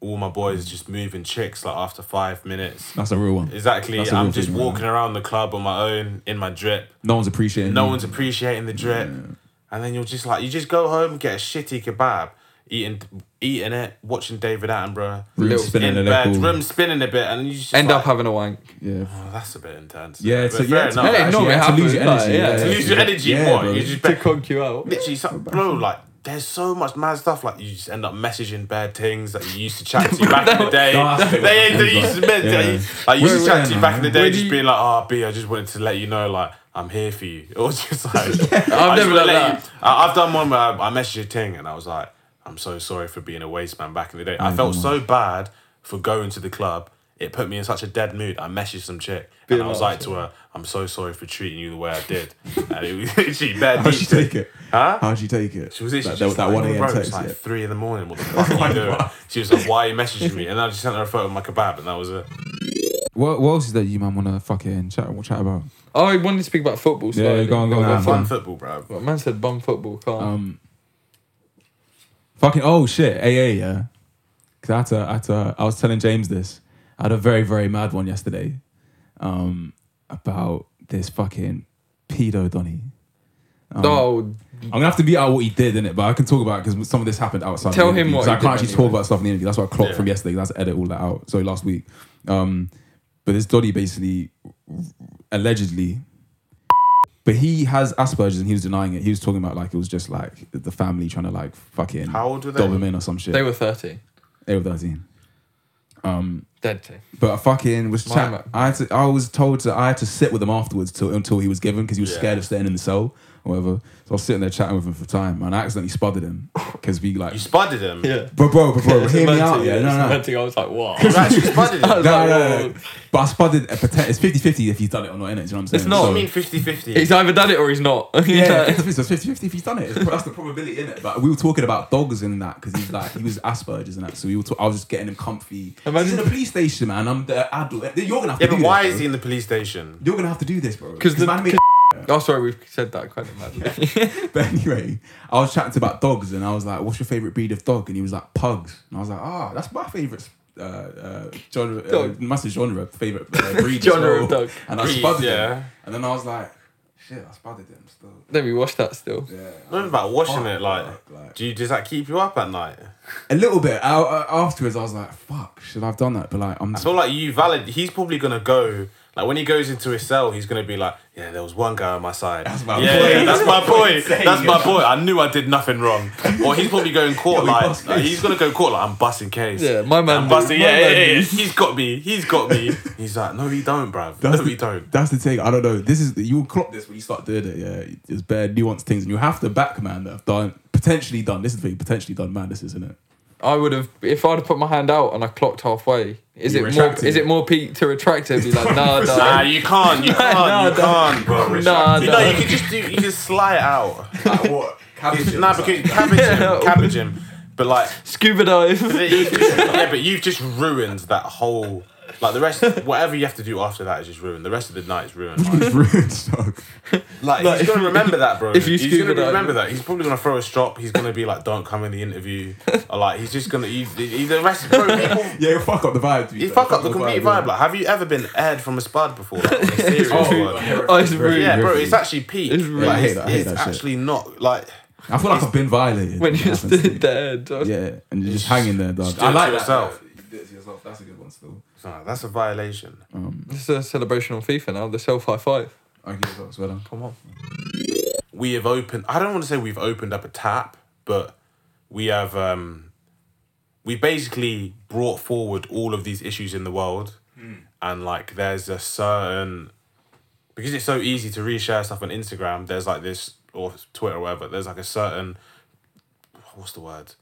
all my boys just moving chicks like after five minutes. That's a real one. Exactly, That's a real I'm just thing, man. walking around the club on my own in my drip. No one's appreciating. No you. one's appreciating the drip, and then you're just like you just go home, get a shitty kebab, eating eating it, watching David Attenborough. room Little- spinning in a bed, little. room spinning a bit, and you just End like, up having a wank. Yeah. "Oh, that's a bit intense. Yeah, But it's like, fair yeah, it's enough. Hey, actually, no, yeah, it to lose your happens, like, energy. yeah. yeah, To yeah, lose your yeah. energy, yeah, what? Bro. You just To bet- conk you out. Literally, so, bro, like, there's so much mad stuff. Like, you just end up messaging bad things that you used to chat to you back in the day. No, that's what they happens, they used to, like, like, yeah. I used Where- to chat where, to you back in the day, Where do just you- being like, oh, B, I just wanted to let you know, like, I'm here for you. Or just like, I've never done that. I, I've done one where I, I messaged Ting and I was like, I'm so sorry for being a waste man back in the day. I felt so bad for going to the club. It put me in such a dead mood. I messaged some chick and I was like to her, I'm so sorry for treating you the way I did. and it was literally bad. How'd she take it? Huh? How'd she take it? She was literally that, that, just that like, 1 a.m. bro, text. It's like yeah. three in the morning. What the fuck are you doing? She was like, "Why are you messaging me?" And then I just sent her a photo of my kebab, and that was it. What, what else is that you man want to fucking chat, chat about? I Oh, wanted to speak about football. Yeah, slightly. go on, go on, But go on. fun- Fun football, bro. but Man said bum football. Can't. Um, fucking oh shit, AA yeah. Cause I had to, I had to, I was telling James this. I had a very very mad one yesterday, um, about this fucking pedo Donny. Um, oh, I'm gonna have to be out what he did in it, but I can talk about because some of this happened outside. Tell the interview, him what 'cause he I can't did actually anyway. talk about stuff in the interview. That's what I clocked Yeah. from yesterday. 'cause I had to edit all that out. So last week, um, but this Doddy basically allegedly, but he has Asperger's and he was denying it. He was talking about like it was just like the family trying to like fucking How old were they? dob him in or some shit. they were thirty. They were thirteen. Um, Dead team. but I fucking was My chat. ma- I had to, I was told to I had to sit with him afterwards till until he was given because he was Yeah. scared of staying in the cell or whatever. So I was sitting there chatting with him for time and I accidentally spudded him because we like You spudded him. bro bro bro, bro hear me out Mental, yeah no no. mental, I was like, what? You actually spudded him. No, no, no. But I spudded a poten- It's 50 50 if he's done it or not, innit? Do you know what I'm saying? It's not. What So- do you mean 50-50? He's either done it or he's not. Yeah, it's 50 50 if he's done it. It's, that's the probability in it. But we were talking about dogs and that because he's like he was Asperger's and that. So we were. Talk- I was just getting him comfy. Imagine- he's in a police station, man. I'm the adult. You're gonna have to. Yeah, but do why this, is bro. he in the police station? You're gonna have to do this, bro. 'Cause the- man made Oh, sorry, we've said that quite imagine. But anyway, I was chatting about dogs and I was like, "What's your favorite breed of dog?" And he was like, "Pugs." And I was like, "Ah, that's my favorite." Uh, uh, genre, uh, Dog. massive genre, favorite uh, breed. as Genre of well. dog. And I Breed, spudded yeah. him, and then I was like, "Shit, I spudded him still." Then we watched that still. Yeah, I What was about washing fuck, it? Like, fuck, like- do you does that keep you up at night? a little bit. I, I, afterwards, I was like, "Fuck, should I've done that?" But like, I'm I feel like you valid. He's probably gonna go. Like when he goes into his cell, he's gonna be like, "Yeah, there was one guy on my side. That's my yeah, boy. yeah, that's my boy. Saying That's my it. boy. I knew I did nothing wrong." Or he's probably going court Yeah, we like, bust like, case. he's gonna go court like, "I'm busting case." Yeah, my man. I'm do- busting. my Yeah, yeah, man yeah, do. yeah. He's got me. He's got me. He's like, "No, he don't, bruv. That's no, the, he don't." That's the thing. I don't know. This is you'll clock this when you start doing it. Yeah, there's bare nuanced things, and you have to back man that have done potentially done. This is the thing, potentially done madness, isn't it? I would have if I'd have put my hand out and I clocked halfway. Is You it more? retracted Is it. it more Pete to retract it? and Be like, nah, Nah, nah. you can't. You can't. Nah, you can't, bro. Nah, you, nah. know, you can just do. You can slide it out. Like what? Cabbage. nah, because cabbage him, cabbage him. But like, Scuba dive. but you've just- yeah, but you've just ruined that whole. Like the rest, whatever you have to do after that is just ruined. The rest of the night is ruined. Like, It's ruined stock. like, he's gonna remember that, bro. if you he's gonna scuba dive- remember that. He's probably gonna throw a strop. He's gonna be like, "Don't come in the interview." Or like, he's just gonna. He's, he's the rest of bro, people. Yeah, you fuck up the vibe. to be You fair. fuck up the complete yeah. vibe. Like, have you ever been aired from a spud before? Like, on a serious Oh, one? Oh, it's rude. Yeah, bro, Riffy. it's actually peak. It's Like, really- I hate it's, that- I hate it's that shit. actually not like I feel like I've been violated. When you're Yeah, still dead. yeah, and you're just hanging there, dog. do it to yourself. You did it to yourself. That's a good one still. Nah, that's a violation. It's a celebration on FIFA now. The self high five. I give it up, swear down. Come on. We have opened. I don't want to say we've opened up a tap, but we have. um We basically brought forward all of these issues in the world, Hmm. and like, there's a certain because it's so easy to reshare stuff on Instagram. There's like this or Twitter or whatever. There's like a certain what's the word?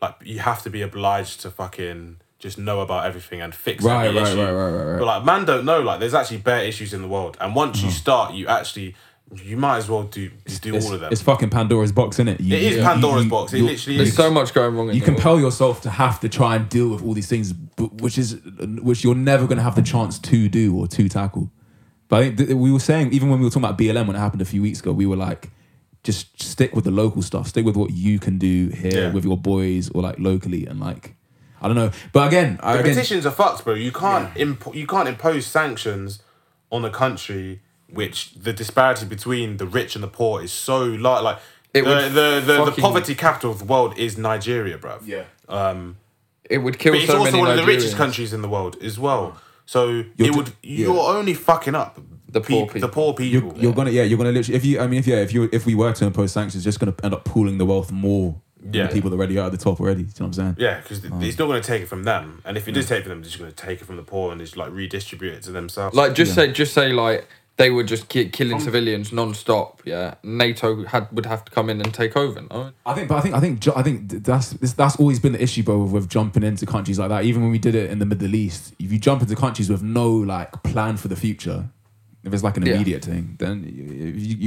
Like you have to be obliged to fucking just know about everything and fix Right, every right, issue. right, right, right, right. But like man don't know, like there's actually bare issues in the world. And once you start, you actually you might as well do do It's, all of them. it's fucking Pandora's box, innit? You, It is you- Pandora's box. It you're- literally There's is. so much going wrong. In You the world. compel yourself to have to try and deal with all these things, b- which is which you're never going to have the chance to do or to tackle. But I think th- we were saying even when we were talking about BLM when it happened a few weeks ago, we were like, just stick with the local stuff, stick with what you can do here Yeah. with your boys or like locally and like I don't know. But again, I, The again petitions are fucked, bro. You can't impo- you can't impose sanctions on a country which the disparity between the rich and the poor is so large. Like It the would the, the, the fucking- poverty capital of the world is Nigeria, bro. Yeah. It would kill But it's so also many one of the Nigerians. richest countries in the world as well. So You're it d- would yeah. you're only fucking up The poor peop- people. The poor people. you're, you're gonna yeah you're gonna literally if you I mean if yeah if you if we were to impose sanctions, it's just gonna end up pooling the wealth more. than Yeah. the people that already are at the top already. Do you know what I'm saying? Yeah, because Hmm. it's not going to take it from them, and if it does take it from them, they're just going to take it from the poor and just like redistribute it to themselves. Like just say, just say like they were just ki- killing civilians non-stop. Yeah, NATO had would have to come in and take over. No? I think, but I think, I think, ju- I think th- that's this, that's always been the issue, bro, with, with jumping into countries like that. Even when we did it in the Middle East, if you jump into countries with no like plan for the future, if it's like an Yeah. immediate thing, then you,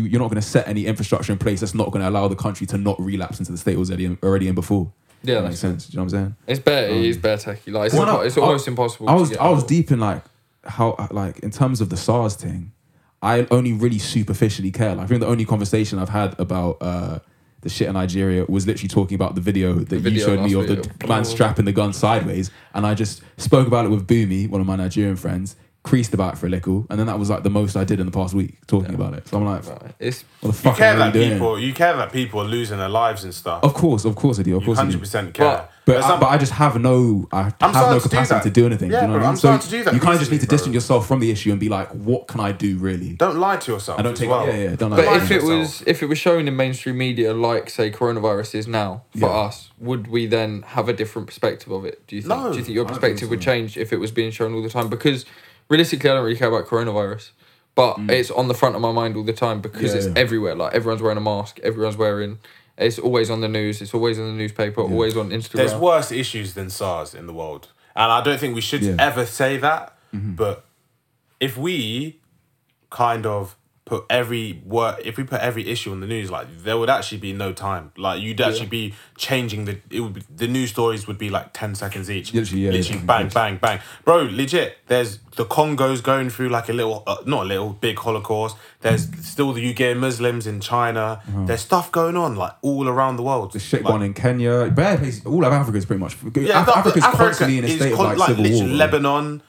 you, you're not going to set any infrastructure in place that's not going to allow the country to not relapse into the state it was already in, already in before. Yeah, that that's makes sense. Do you know what I'm saying? It's better. it is better techie. Like it's, Um, Well, impo- no, it's I- almost impossible. I to was get I was out. deep in like how like in terms of the SARS thing, I only really superficially care. Like, I think the only conversation I've had about uh, the shit in Nigeria was literally talking about the video that you video Oh. showed me last of the week. man strapping the gun sideways, and I just spoke about it with Boomy, one of my Nigerian friends, creased about it for a little, and then that was like the most I did in the past week talking about it. So I'm like, what Right. It's the You fuck care am I that really doing? people. You care that people are losing their lives and stuff. Of course, of course I do. Of You course I do. hundred percent care. But- But, I, some- but I just have no, I I'm have no starting to do capacity that. to do anything. Yeah, do you know bro, what I mean? I'm So starting to do that You kind of just recently, need to distance bro. yourself from the issue and be like, what can I do really? don't lie to yourself. I don't as take well. yeah, yeah, don't like But that. Mind if it yourself. was if it was shown in mainstream media like say coronavirus is now for Yeah. us, would we then have a different perspective of it? Do you think? No, do you think your I don't think perspective would so. change if it was being shown all the time? Because realistically, I don't really care about coronavirus, but it's on the front of my mind all the time because Mm. Yeah, it's yeah. everywhere. Like everyone's wearing a mask, everyone's wearing. It's always on the news. It's always in the newspaper. Always on Instagram. There's worse issues than SARS in the world. And I don't think we should Yeah. Mm-hmm. ever say that. But if we kind of put every work, if we put every issue on the news, like there would actually be no time. Like you'd actually be changing the, it would be, the news stories would be like 10 seconds each. Literally, yeah, yeah, bang, yeah. bang, bang. Bro, legit, there's the Congo's going through like a little, uh, not a little, big Holocaust. There's still the Uyghur Muslims in China. There's stuff going on like all around the world. Uh-huh. The shit Like, gone in Kenya, bare places, all of Africa is pretty much. yeah, Af- that- Africa's Africa constantly in a is state con- of like civil war. Mm-hmm. literally bro. Lebanon,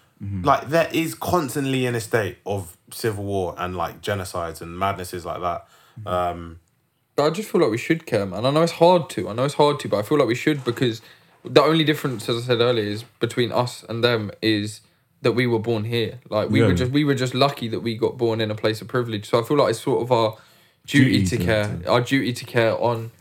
like there is constantly in a state of civil war and like genocides and madnesses like that. Um, But I just feel like we should care, man. I know it's hard to. I know it's hard to, but I feel like we should because the only difference, as I said earlier, is between us and them is that we were born here. Like we Yeah. were just we were just lucky that we got born in a place of privilege. So I feel like it's sort of our duty, Duty to to- care, our duty to care on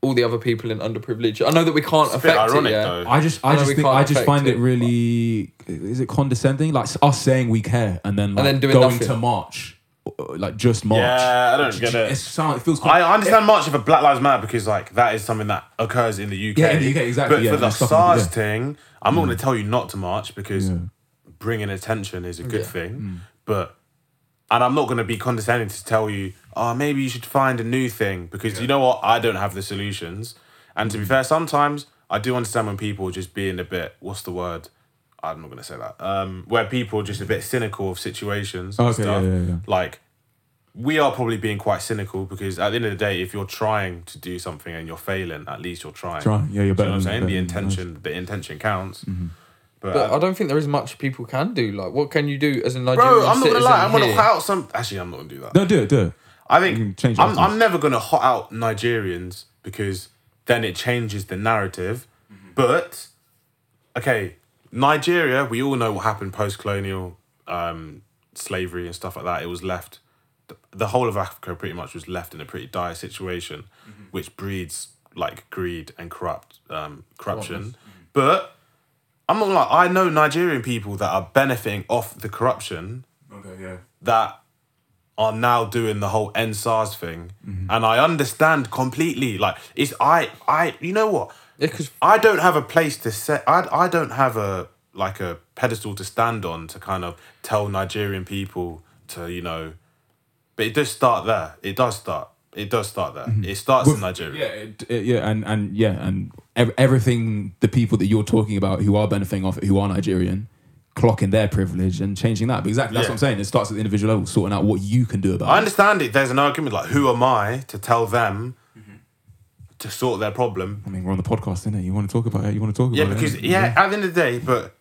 all the other people in underprivilege. I know that we can't it's a bit affect ironic it. Yeah. though. I just, I, I know just we think, can't I just affect find it, it really, is it condescending? Like us saying we care and then like then doing going nothing. to march, uh, like just march. Yeah, I don't get it. It's sound, it feels. I understand much of a Black Lives Matter because like that is something that occurs in the UK. Yeah, in the UK, exactly, But yeah, for the that's something, SARS yeah. Mm. thing, I'm not going to tell you not to march because Yeah. Mm. bringing attention is a good Yeah. thing. But and I'm not going to be condescending to tell you, oh, maybe you should find a new thing because you know what? I don't have the solutions. And Mm. to be fair, sometimes I do understand when people just being a bit, what's the word? I'm not going to say that. Um, where people are just a bit cynical of situations and Okay, stuff. yeah, yeah, yeah. Like, we are probably being quite cynical because at the end of the day, if you're trying to do something and you're failing, at least you're trying. Trying, yeah, you're Do you better know what I'm than- Mm-hmm. saying? The better than intention, the intention counts. But, But uh, I don't think there is much people can do. Like, what can you do as a Nigerian bro, I'm not gonna citizen lie. I'm gonna here? hot out some. Actually, I'm not gonna do that. No, do it, do it. I You can think change I'm, it afterwards. I'm never gonna hot out Nigerians because then it changes the narrative. But okay, Nigeria, we all know what happened post colonial um, slavery and stuff like that. It was left, th- the whole of Africa pretty much was left in a pretty dire situation, which breeds like greed and corrupt um, corruption. But I'm not like, I know Nigerian people that are benefiting off the corruption Okay, yeah. that are now doing the whole NSARS thing. Mm-hmm. And I understand completely. Like, it's, I, I, you know what? Yeah, 'cause I don't have a place to set. I I don't have a like a pedestal to stand on to kind of tell Nigerian people to you know, but it does start there. It does start. It does start there. Mm-hmm. It starts in Nigeria. Yeah, it, it- yeah, and and yeah, and ev- everything the people that you're talking about who are benefiting off it, who are Nigerian, clocking their privilege and changing that. But exactly, that's Yeah. what I'm saying. It starts at the individual level, sorting out what you can do about I it. understand it. There's an argument like, who am I to tell them to sort their problem? I mean, we're on the podcast, innit? You want to talk about it? You want to talk Yeah, about because it? innit? yeah, at the end of the day, but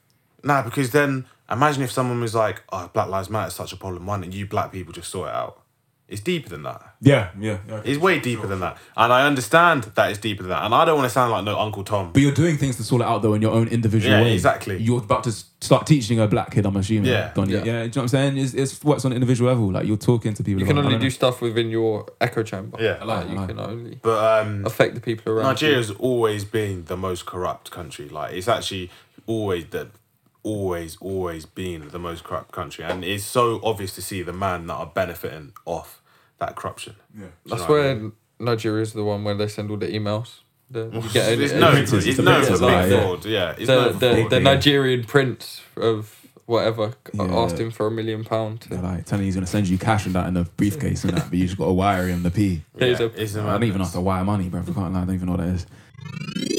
nah, because then imagine if someone was like, "Oh, Black Lives Matter is such a problem," why don't you black people just sort it out? It's deeper than that. yeah, yeah. yeah. It's way deeper than that. And I understand that it's deeper than that. And I don't want to sound like no Uncle Tom. But you're doing things to sort it out though in your own individual Yeah, way. exactly. You're about to s- start teaching a black kid, I'm assuming. Yeah. Donnie. Yeah. Yeah. Do you know what I'm saying? It's, it's what's on an individual level. Like you're talking to people. You can about, I only do don't stuff within your echo chamber. Yeah. I like Like, that, you I like can only But um, affect the people around. you. Nigeria's always been the most corrupt country. Like it's actually always the always, always been the most corrupt country, and it's so obvious to see the man that are benefiting off that corruption. Yeah. That's Do you know what I where Nigeria is the one where they send all the emails. The, you get mean? it's a- known, a- it's, printers, it's a known for printer's big lie, yeah. fraud. Yeah, it's the, known for the, fraud. the yeah. Nigerian prince of whatever Yeah. asked him for a million pound. They're like telling you he's gonna send you cash and that in a briefcase and that, but you just gotta wire him the P. There's Yeah, a- it's I don't even have to wire money, bro. I can't lie, I don't even know what that is.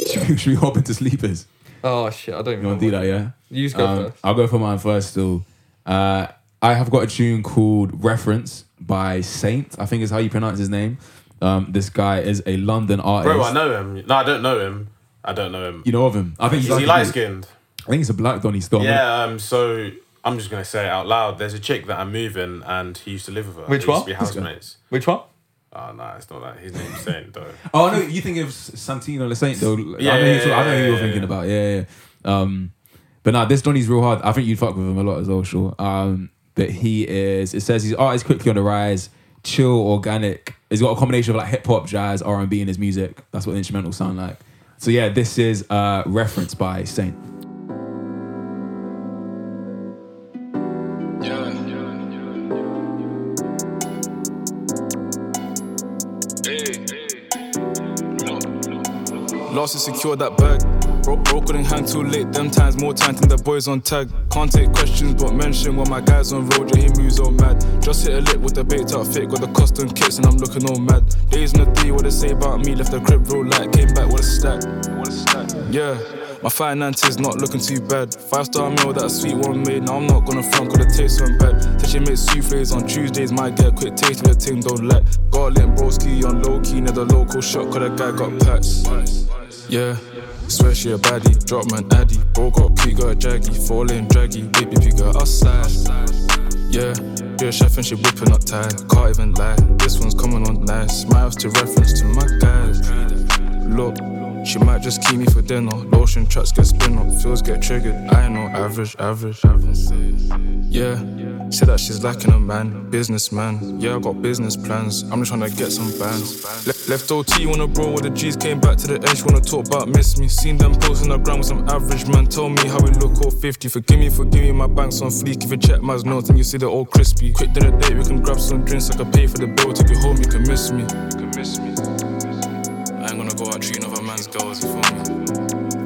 Should we, should we hop into sleepers? Oh shit! I don't even You wanna know do what- that, yeah? You go Um, first. I'll go for mine first. Still, uh, I have got a tune called "Reference" by Saint. I think is how you pronounce his name. Um, this guy is a London artist. Bro, I know him. No, I don't know him. I don't know him. You know of him? I think Is he's he like, light skinned? I think he's a black Donny Storm. Yeah, um, so I'm just gonna say it out loud. There's a chick that I'm moving, and he used to live with her. Which They one? used to be housemates. Which one? Oh no, it's not that. His name's Saint though. Oh no, you think of Santino the Saint though? Yeah, I know, yeah, who- I know who yeah, you're yeah, thinking yeah. about. Yeah, yeah. yeah. Um, but nah, this Donny's real hard. I think you'd fuck with him a lot as well, sure. Um, but he is. It says his art is quickly on the rise, chill, organic. He's got a combination of like hip hop, jazz, R and B in his music. That's what the instrumentals sound like. So yeah, this is uh, reference by Saint. Last to secure that bag. Bro, bro couldn't hang too late. Them times more time than the boys on tag. Can't take questions, but mention when my guys on road. Yeah, he moves all mad. Just hit a lick with the bait outfit. Got the custom kits and I'm looking all mad. Days in the three, what they say about me. Left the crib real light. Came back with a stack. Yeah. My finances not looking too bad. Five star meal that a sweet one made. Now I'm not gonna front, got the taste went bad. Said she makes souffles on Tuesdays, might get a quick taste of the thing don't lack. Garlic and broski on low key, near the local shop, cause the guy got packs. Yeah, swear she a baddie, drop man addy. Bro got cute, got a jaggy, fall in draggy, baby pigger outside. Yeah, you're a chef and she whipping up time. Can't even lie, this one's coming on nice. Smiles to reference to my guys. Look, she might just keep me for dinner. Lotion tracks get spin up, feels get triggered. I know, average, average, average. Yeah, say that she's lacking a man, businessman. Yeah, I got business plans. I'm just tryna get some bands. Le- left OT on a bro with the G's, came back to the edge. Wanna talk about miss me? Seen them posts on the ground with some average man. Tell me how we look all 50. Forgive me, forgive me, my bank's on fleek. If you check my notes and you see they're all crispy. Quick dinner date, we can grab some drinks. I can pay for the bill. Take you home, you can miss me. You can miss me. I ain't gonna go out treating other man's girls, you feel me?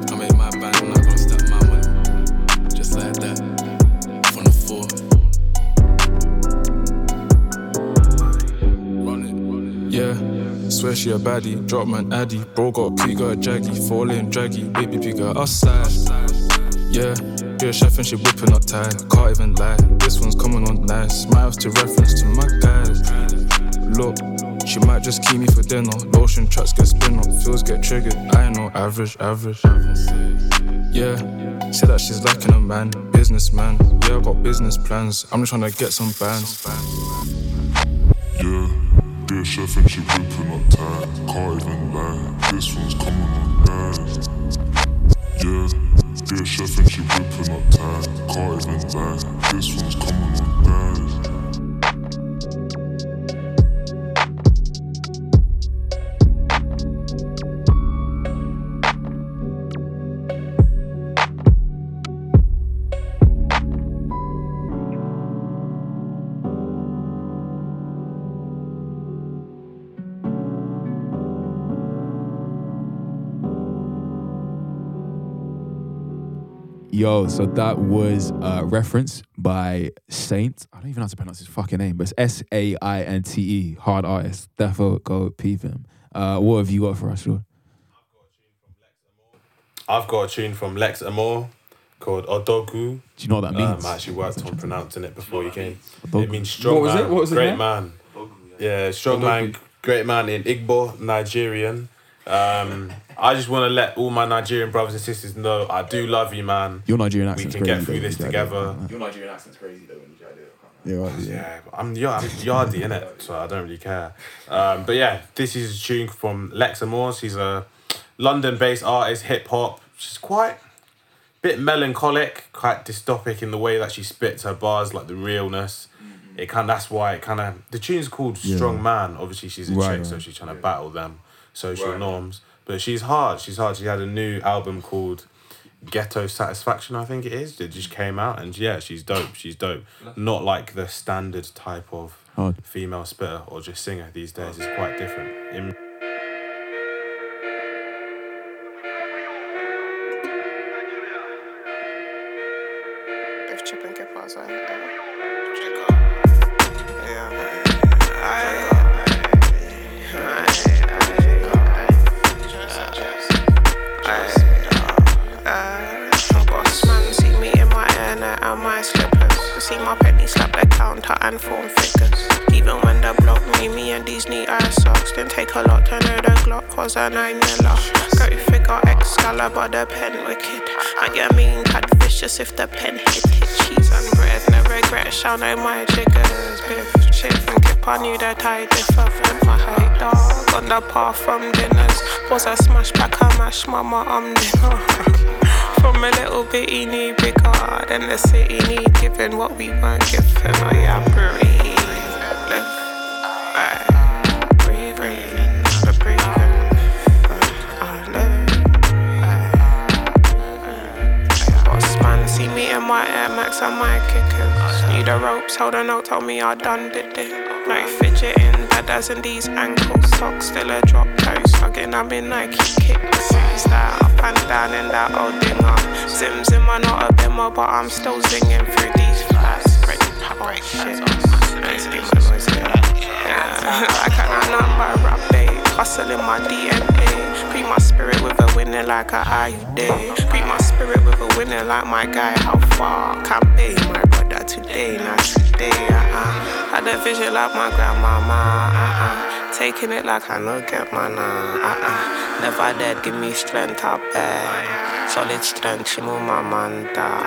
I made my band and I gonna step my way. Just like that. From the floor. Run it, run it. Yeah, swear she a baddie. Drop man addy. Bro got cute, got a jaggy. Fall in draggy. Baby pigger outside. Yeah, you're a chef and she whipping up time. Can't even lie. This one's coming on nice. Smiles to reference to my guys. Look, she might just keep me for dinner. Lotion tracks get spin up, feels get triggered. I know, average, average. Yeah, say that she's lacking a man, businessman. Yeah, I got business plans. I'm just trying to get some bands. Yeah, dear chef and she whipping up tight. Can't even lie, this one's coming on nice. Yeah, dear chef and she whipping up tight. Can't even lie, this one's coming on nice. Yo, so that was uh, reference by Saint. I don't even know how to pronounce his fucking name, but it's S A I N T E, hard artist. Therefore, go peep him. Uh, what have you got for us, Sean? I've got a tune from Lex Amore called Odogu. Do you know what that means? Um, I actually worked on pronouncing it before you came. Odogu. It means strong What was it? man, What was it great again? man. Yeah, strong man, great man in Igbo, Nigerian. Um, I just want to let all my Nigerian brothers and sisters know I do love you, man. Your Nigerian We accent's can crazy, get through though, this you together. Your Nigerian accent's crazy though when you try to do it. I can't lie. Yeah, right, yeah. Yeah, I'm, yeah, I'm Yardi in it, so I don't really care. Um, but yeah, this is a tune from Lexa Morse. He's a London-based artist, hip hop. She's quite bit melancholic, quite dystopic in the way that she spits her bars, like the realness. Mm-hmm. It kind that's why it kind of the tune's called Strong Man. Obviously, she's a Right, chick, right. so she's trying to battle them social Right. norms. But she's hard. She's hard. She had a new album called Ghetto Satisfaction, I think it is. It just came out, and yeah, she's dope. She's dope. Not like the standard type of Hard. female spitter or just singer these days. It's quite different. In- Def Chippen, ¿qué pasa? See my penny slap the counter and form figures. Even when the block me, me and these neat ass socks didn't take a lot to know the Glock cause I know Miller. Go figure Excalibur, the pen wicked. I get mean, had vicious if the pen hit it. Cheese and bread, no regret, shall know my jiggers. Biff, chip and kip, I knew that I differ from my hate dog. On the path from dinners, was a smash pack, I mash mama, I'm dinner. From a little bitty new bigger than the city need given what we weren't given. I am breathing. Look, I breathing, the breathing. I live. Boss man, see me in my Air Max and my kickers. Knew the ropes, hold a note, told me I done did it. No fidgeting, badass in these ankle socks, still a drop toe sucking. I'm in Nike kicks. Is that up and down in that old dinger? Zim zim, I not a bimmer, but I'm still zinging through these flats. Break, break, shit. Nice be my voice, yeah. I can't number rap day. Hustle in my DNA. Be my spirit with a winner like a IUD. Be my spirit with a winner like my guy. How far? Can't be my brother today, not today. Uh-uh. Had a vision like my grandmama. Uh-uh. Taking it like I know get mana. Uh-uh. Never dead, give me strength, I bet. Solid strength, she move my manta.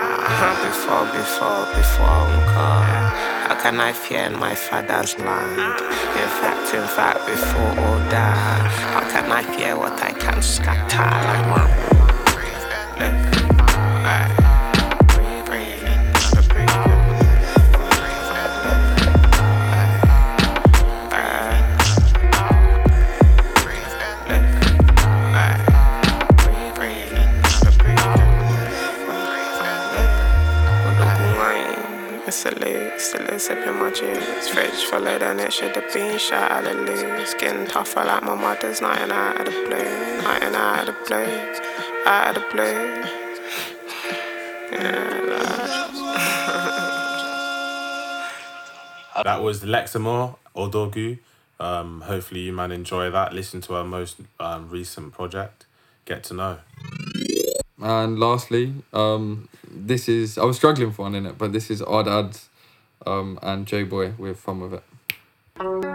Before, before, before uncle. How can I fear in my father's land? In fact, in fact, before all that, how can I fear what I can scatter? Like my Look, I breathe in, I breathe in. Still sipping my juice, fridge fuller than it should have been. Shot out of loose, skin tougher like my mother's. Night and out of the blue, night and out of the blue, out of the blue. That was Lexamore Odogu. Um, hopefully you man enjoy that. Listen to our most um, recent project. Get to know. And lastly, um, this is I was struggling for one in it, but this is Odd Ads, um, and J Boy with fun with it.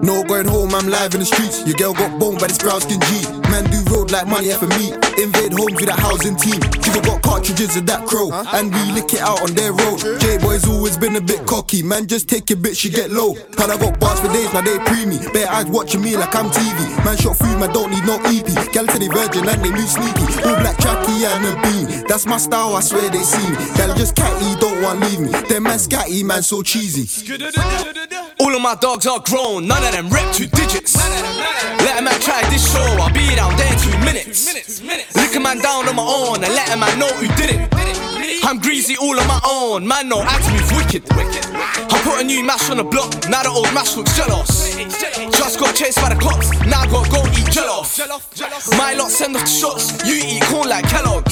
No going home, I'm live in the streets. Your girl got boned by this brown skin G. Man do road like money for me. Invade homes with a housing team. Jigga got cartridges of that crow. And we lick it out on their road. J boy's always been a bit cocky. Man just take a bit, she get low. And I got bars for days, now they pre me. Bare eyes watching me like I'm TV. Man shot food, man don't need no EP. Gal said they virgin and they new sneaky. All black tracky and a bean. That's my style, I swear they see me. Gal just catty, don't want leave me. Them man scatty, man so cheesy. All of my dogs are grown, none of them rep two digits. Let a man try this show, I'll be down there in two minutes. Lick a man down on my own and let a man know who did it. I'm greasy all on my own, man know how to move wicked. I put a new mash on the block, now the old mash looks jealous. Just got chased by the cops, now gotta go eat jellof. My lot send off the shots, you eat corn like Kellogg's.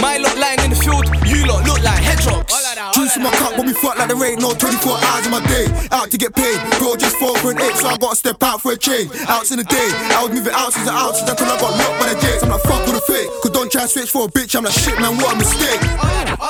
My lot lying in the field, you lot look like hedgehogs. Juice in my cup, but we fuck like the rain. No 24 hours in my day. Out to get paid. Bro, just fall for an eight, so I gotta step out for a change. Outs in the day. I was moving ounces and ounces until I got locked by the dates. I'm like, fuck all the fake. Cause don't try to switch for a bitch. I'm like, shit, man, what a mistake.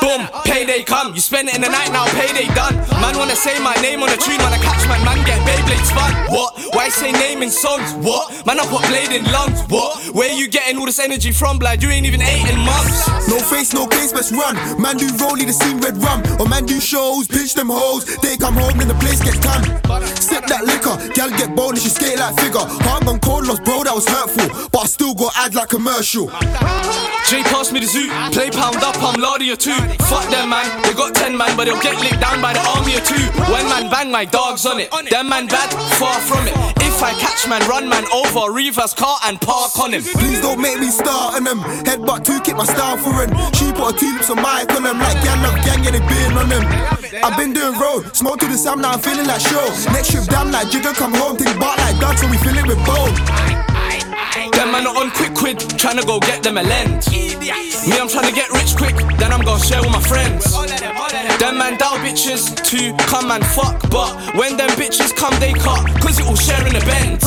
Boom, payday come. You spend it in the night now, payday done. Man wanna say my name on a tune, wanna catch my man, get Beyblade spun. What? Why say name in songs? What? Man, I put blade in lungs. What? Where you getting all this energy from, blood? You ain't even eight in months. No face, no case, best run. Man do rollie, the scene red rum. Or man do shows, pinch them hoes. They come home and the place get done. Sip that liquor, gal get bold and she skate like figure. Hard and cold lost, bro, that was hurtful. But I still got ad like commercial. Jay passed me the zoo. Play pound up, I'm lardy or two. Fuck them man, they got ten man, but they'll get licked down by the army or two. One man bang my dogs on it. Them man bad, far from it. If Try catch man, run man over, reverse car and park on him. Please don't make me start on them. um, Headbutt two, kick my style for him. She put her tulips on my on them. Like gang up gang, and they been on them. I've been doing road, smoke to the Sam, now I'm feeling like show. Next trip down like jigger, come home, take bark like dog, so we fill it with bone. Them man are on quick quid, tryna go get them a lens. Me, I'm tryna get rich quick, then I'm gonna share with my friends. Them man down bitches to come and fuck, but when them bitches come, they cut, cause it all share in the bends.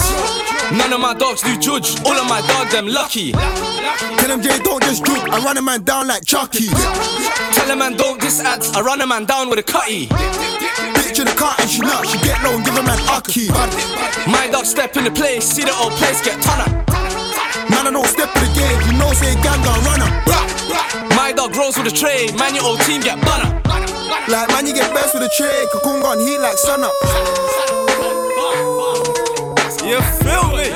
None of my dogs do judge, all of my dogs them lucky. Tell them Jay, don't just droop. I run a man down like Chucky. Tell a man don't diss ads, I run a man down with a cutty. Bitch in the car and she nuts, she get low and give a man ucky. My dog step in the place, see the old place get ton up. Man, I don't step in the game, you know, say gang, gon' run up. My dog rolls with a tray, man your old team get bun up. Like man, you get best with a trade, cocoon gon' heat like sun up. You feel me?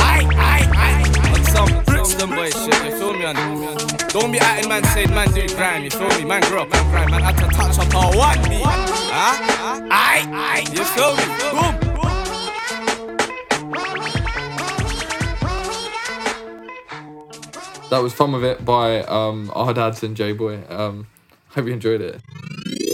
Aye, aye, aye. On some bricks, them boy shit. You feel me? On, don't be acting, man. Said man do grime. You feel me? Man grow up, man grime. Man had to touch up our one me. Huh? Aye, aye. You feel me? Boom. That was Fun With It by um, Our Dads and J Boy. Um, hope you enjoyed it.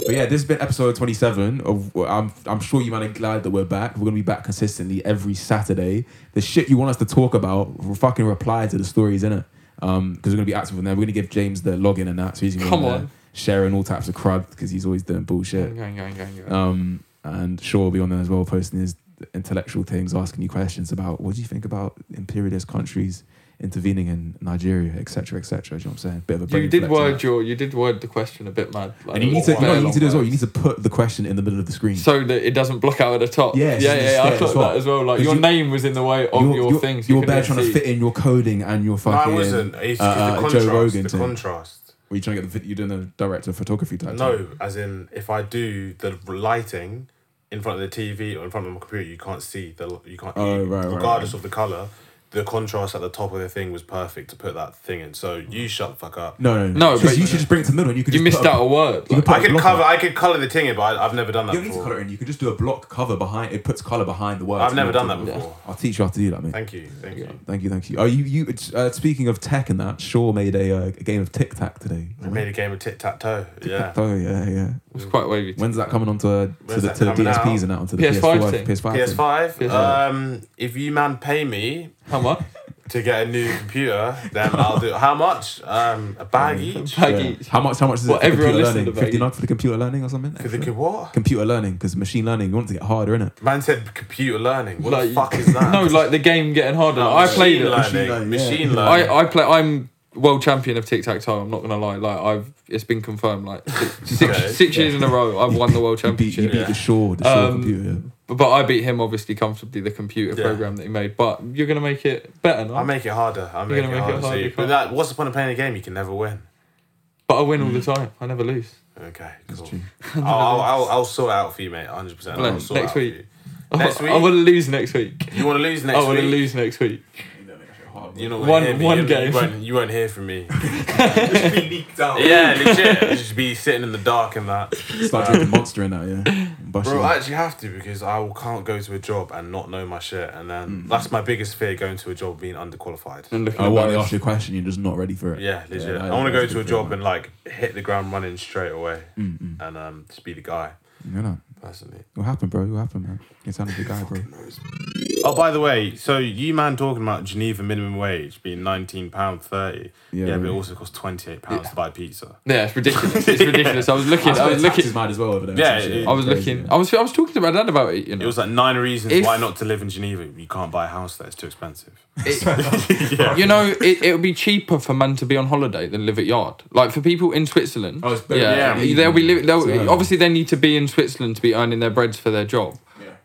But yeah, this has been episode 27 of I'm I'm sure you man are glad that we're back. We're gonna be back consistently every Saturday. The shit you want us to talk about, we'll fucking reply to the stories, innit? Um, because we're gonna be active on there. We're gonna give James the login and that, so he's gonna be Come there on. sharing all types of crud because he's always doing bullshit. Going, going, going, going. Um, and Shaw will be on there as well, posting his intellectual things, asking you questions about what do you think about imperialist countries intervening in Nigeria, etc., etc. Do you know what I'm saying? Bit of a you brain did flex on word that. your, you did word the question a bit mad. Like, And you need to, you very know, what you long need to do as well. You words. need to put the question in the middle of the screen. so that it doesn't block out at the top. Yeah, it's yeah, just yeah. yeah I there as thought well. that as well. Like 'Cause your you- name was in the way of your, things. You're you there couldn't trying to see. fit in your coding and your No, I fucking. wasn't. It's uh, just uh, the contrast. Joe Rogan the thing. contrast. Were you trying to get the vid- you're doing a director of photography type? thing? No, as in if I do the lighting in front of the TV or in front of my computer, you can't see the you can't. Oh, you- right, right, regardless right. of the color, the contrast at the top of the thing was perfect to put that thing in. So you shut the fuck up. no, no, No, Just- but- you should just bring it to the middle and you could. You just missed put a- out a word. Like, you could put I a could block cover. up. I could color the thing in, but I, I've never done that You don't need to before. color in. You could just do a block cover behind. It puts color behind the words. I've you never know, done that to- before. I'll teach you how to do that, mate. Thank you. Thank you. Thank you, thank you. Oh, you, you. it's, Uh, speaking of tech and that, Shaw made a, uh, a game of tic tac today. I made a game of tic tac toe. Yeah. Oh yeah, yeah. it was quite wavy. When's that coming onto uh, to When's the, that to the coming DSPs out? and that onto the PS5 PS5 thing. PS5 thing? PS5. Um, if you man pay me How much? to get a new computer, then I'll do it. How much? Um, a bag each? Like Yeah. each- How much? How much is Well, it? For everyone computer listened learning. about it. Fifty nine for the computer learning or something. For the Extra. kid, what? computer learning because machine learning. You want it to get harder, innit? Man said computer learning. What Like- the fuck is that? No, like the game getting harder. No, I played machine it. Learning. Machine learning, Machine learning. yeah. I, I play. I'm world champion of tic tac toe. I'm not gonna lie. Like I've, it's been confirmed. Like six, six, Okay. six years in a row, I've won the world You beat, championship. you beat the Shaw, the Shaw Um, computer. But, but I beat him obviously comfortably. The computer Yeah. program that he made. But you're gonna make it better. No? I'll make it harder. I'll You're make, gonna it make it harder. so harder, you- you but can't. that, what's the point of playing a game? You can never win. but I win all mm. the time. I never lose. Okay, cool. I'll, I'll, I'll, I'll sort it out for you, mate. 100%. Well, I'll sort it next out for week. you. Next week? I want to lose next week. You want to lose next I want to week? lose next week. You know, One- hear me. one you, game. You won't, you won't hear from me. Be leaked out. yeah, legit. You should be sitting in the dark and that. Start drinking Monster in that, yeah. Bust Bro, it. I actually have to because I will- can't go to a job and not know my shit, and then that's my biggest fear: going to a job being underqualified. And looking I want to embarrassed. ask you a question. You're just not ready for it. Mm. Yeah, legit. that- I want to go that's to a good job feeling. and like hit the ground running straight away, and um, just be the guy You know, personally. what happened, bro? What happened, man? You sound like a guy, bro. Oh, by the way, so you man talking about Geneva minimum wage being nineteen pound thirty? Yeah, Yeah, but it really. also costs twenty eight pounds to buy pizza. Yeah, it's ridiculous. It's ridiculous. I was looking. I was looking. mad as well over there. Yeah, Some it- shit. I was Crazy, looking. yeah. I was. I was talking to my dad about it. You know, It was like nine reasons If- why not to live in Geneva. You can't buy a house there; it's too expensive. you know, it, it would be cheaper for men to be on holiday than live at yard. Like for people in Switzerland, Oh, it's better uh, yeah, than they'll be li- Eden. they'll, So- obviously they need to be in Switzerland to be earning their breads for their job.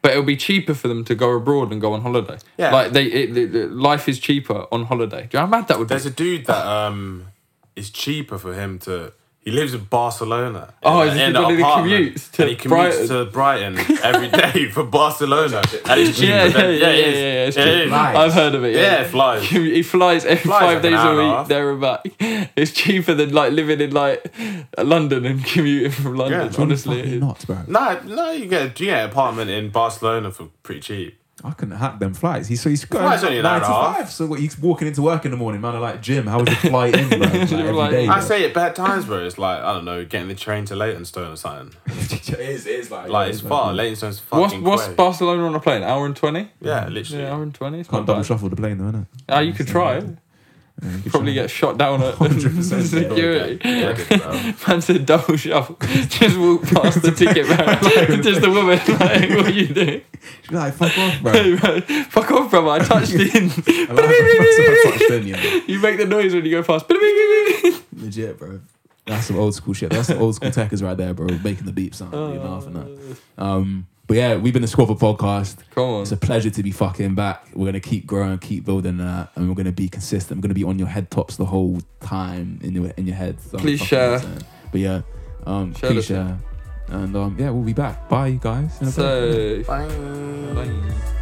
But it'll be cheaper for them to go abroad and go on holiday. Yeah. like they, it, it, it- life is cheaper on holiday. Do you know how mad that would be? There's a dude that um is cheaper for him to. He lives in Barcelona. Oh, in is a- this in the an guy that apartment, commutes to and he commutes Brighton? to Brighton every day for Barcelona, and it's cheaper. yeah, yeah, than, yeah, yeah, it is. yeah, yeah, it's It cheap. is. Nice. I've heard of it. Yeah, Yeah, it flies. He flies every Flies five like an days a hour and a week half. there and back. It's cheaper than like living in like London and commuting from London. Yeah. honestly, it Fucking is. nuts, bro. No, no, you get you get an apartment in Barcelona for pretty cheap. I couldn't hack them flights. He's so he's going Flight's only an hour nine and to a half. five. So what, he's walking into work in the morning, man. I'm like, Jim, how was your flight in? Bro? Like, every day, like- bro. I say it bad times, bro. It's like I don't know, getting the train to Leytonstone or something. It is, it is like. Like it's far. Leytonstone's What's fucking what's quay. Barcelona on a plane? Hour and twenty. Yeah, literally. Yeah, hour and twenty. It's can't not double bad. shuffle the plane though, innit? Ah, you could try. it. Probably get shot down at 100% security. Yeah, good, bro. Man said double shuffle. Just walk past the ticket man. Just the woman. Like, what you doing? She's like, fuck off, bro. Hey, bro, fuck off, brother. I touched in. I touched in, yeah. you make the noise when you go past. That's Legit, bro. That's some old school shit. That's some old school techers right there, bro. Making the beep sound Uh, in your mouth and that. Um, but yeah, we've been the Squabble podcast. Come on. It's a pleasure to be fucking back. We're gonna keep growing, keep building that, and we're gonna be consistent. We're gonna be on your head tops the whole time in your in your head. So I'm Please fucking share. insane. But yeah, um, Share please this. share. And um, yeah, we'll be back. Bye, you guys. In a So. bit. Bye. Bye.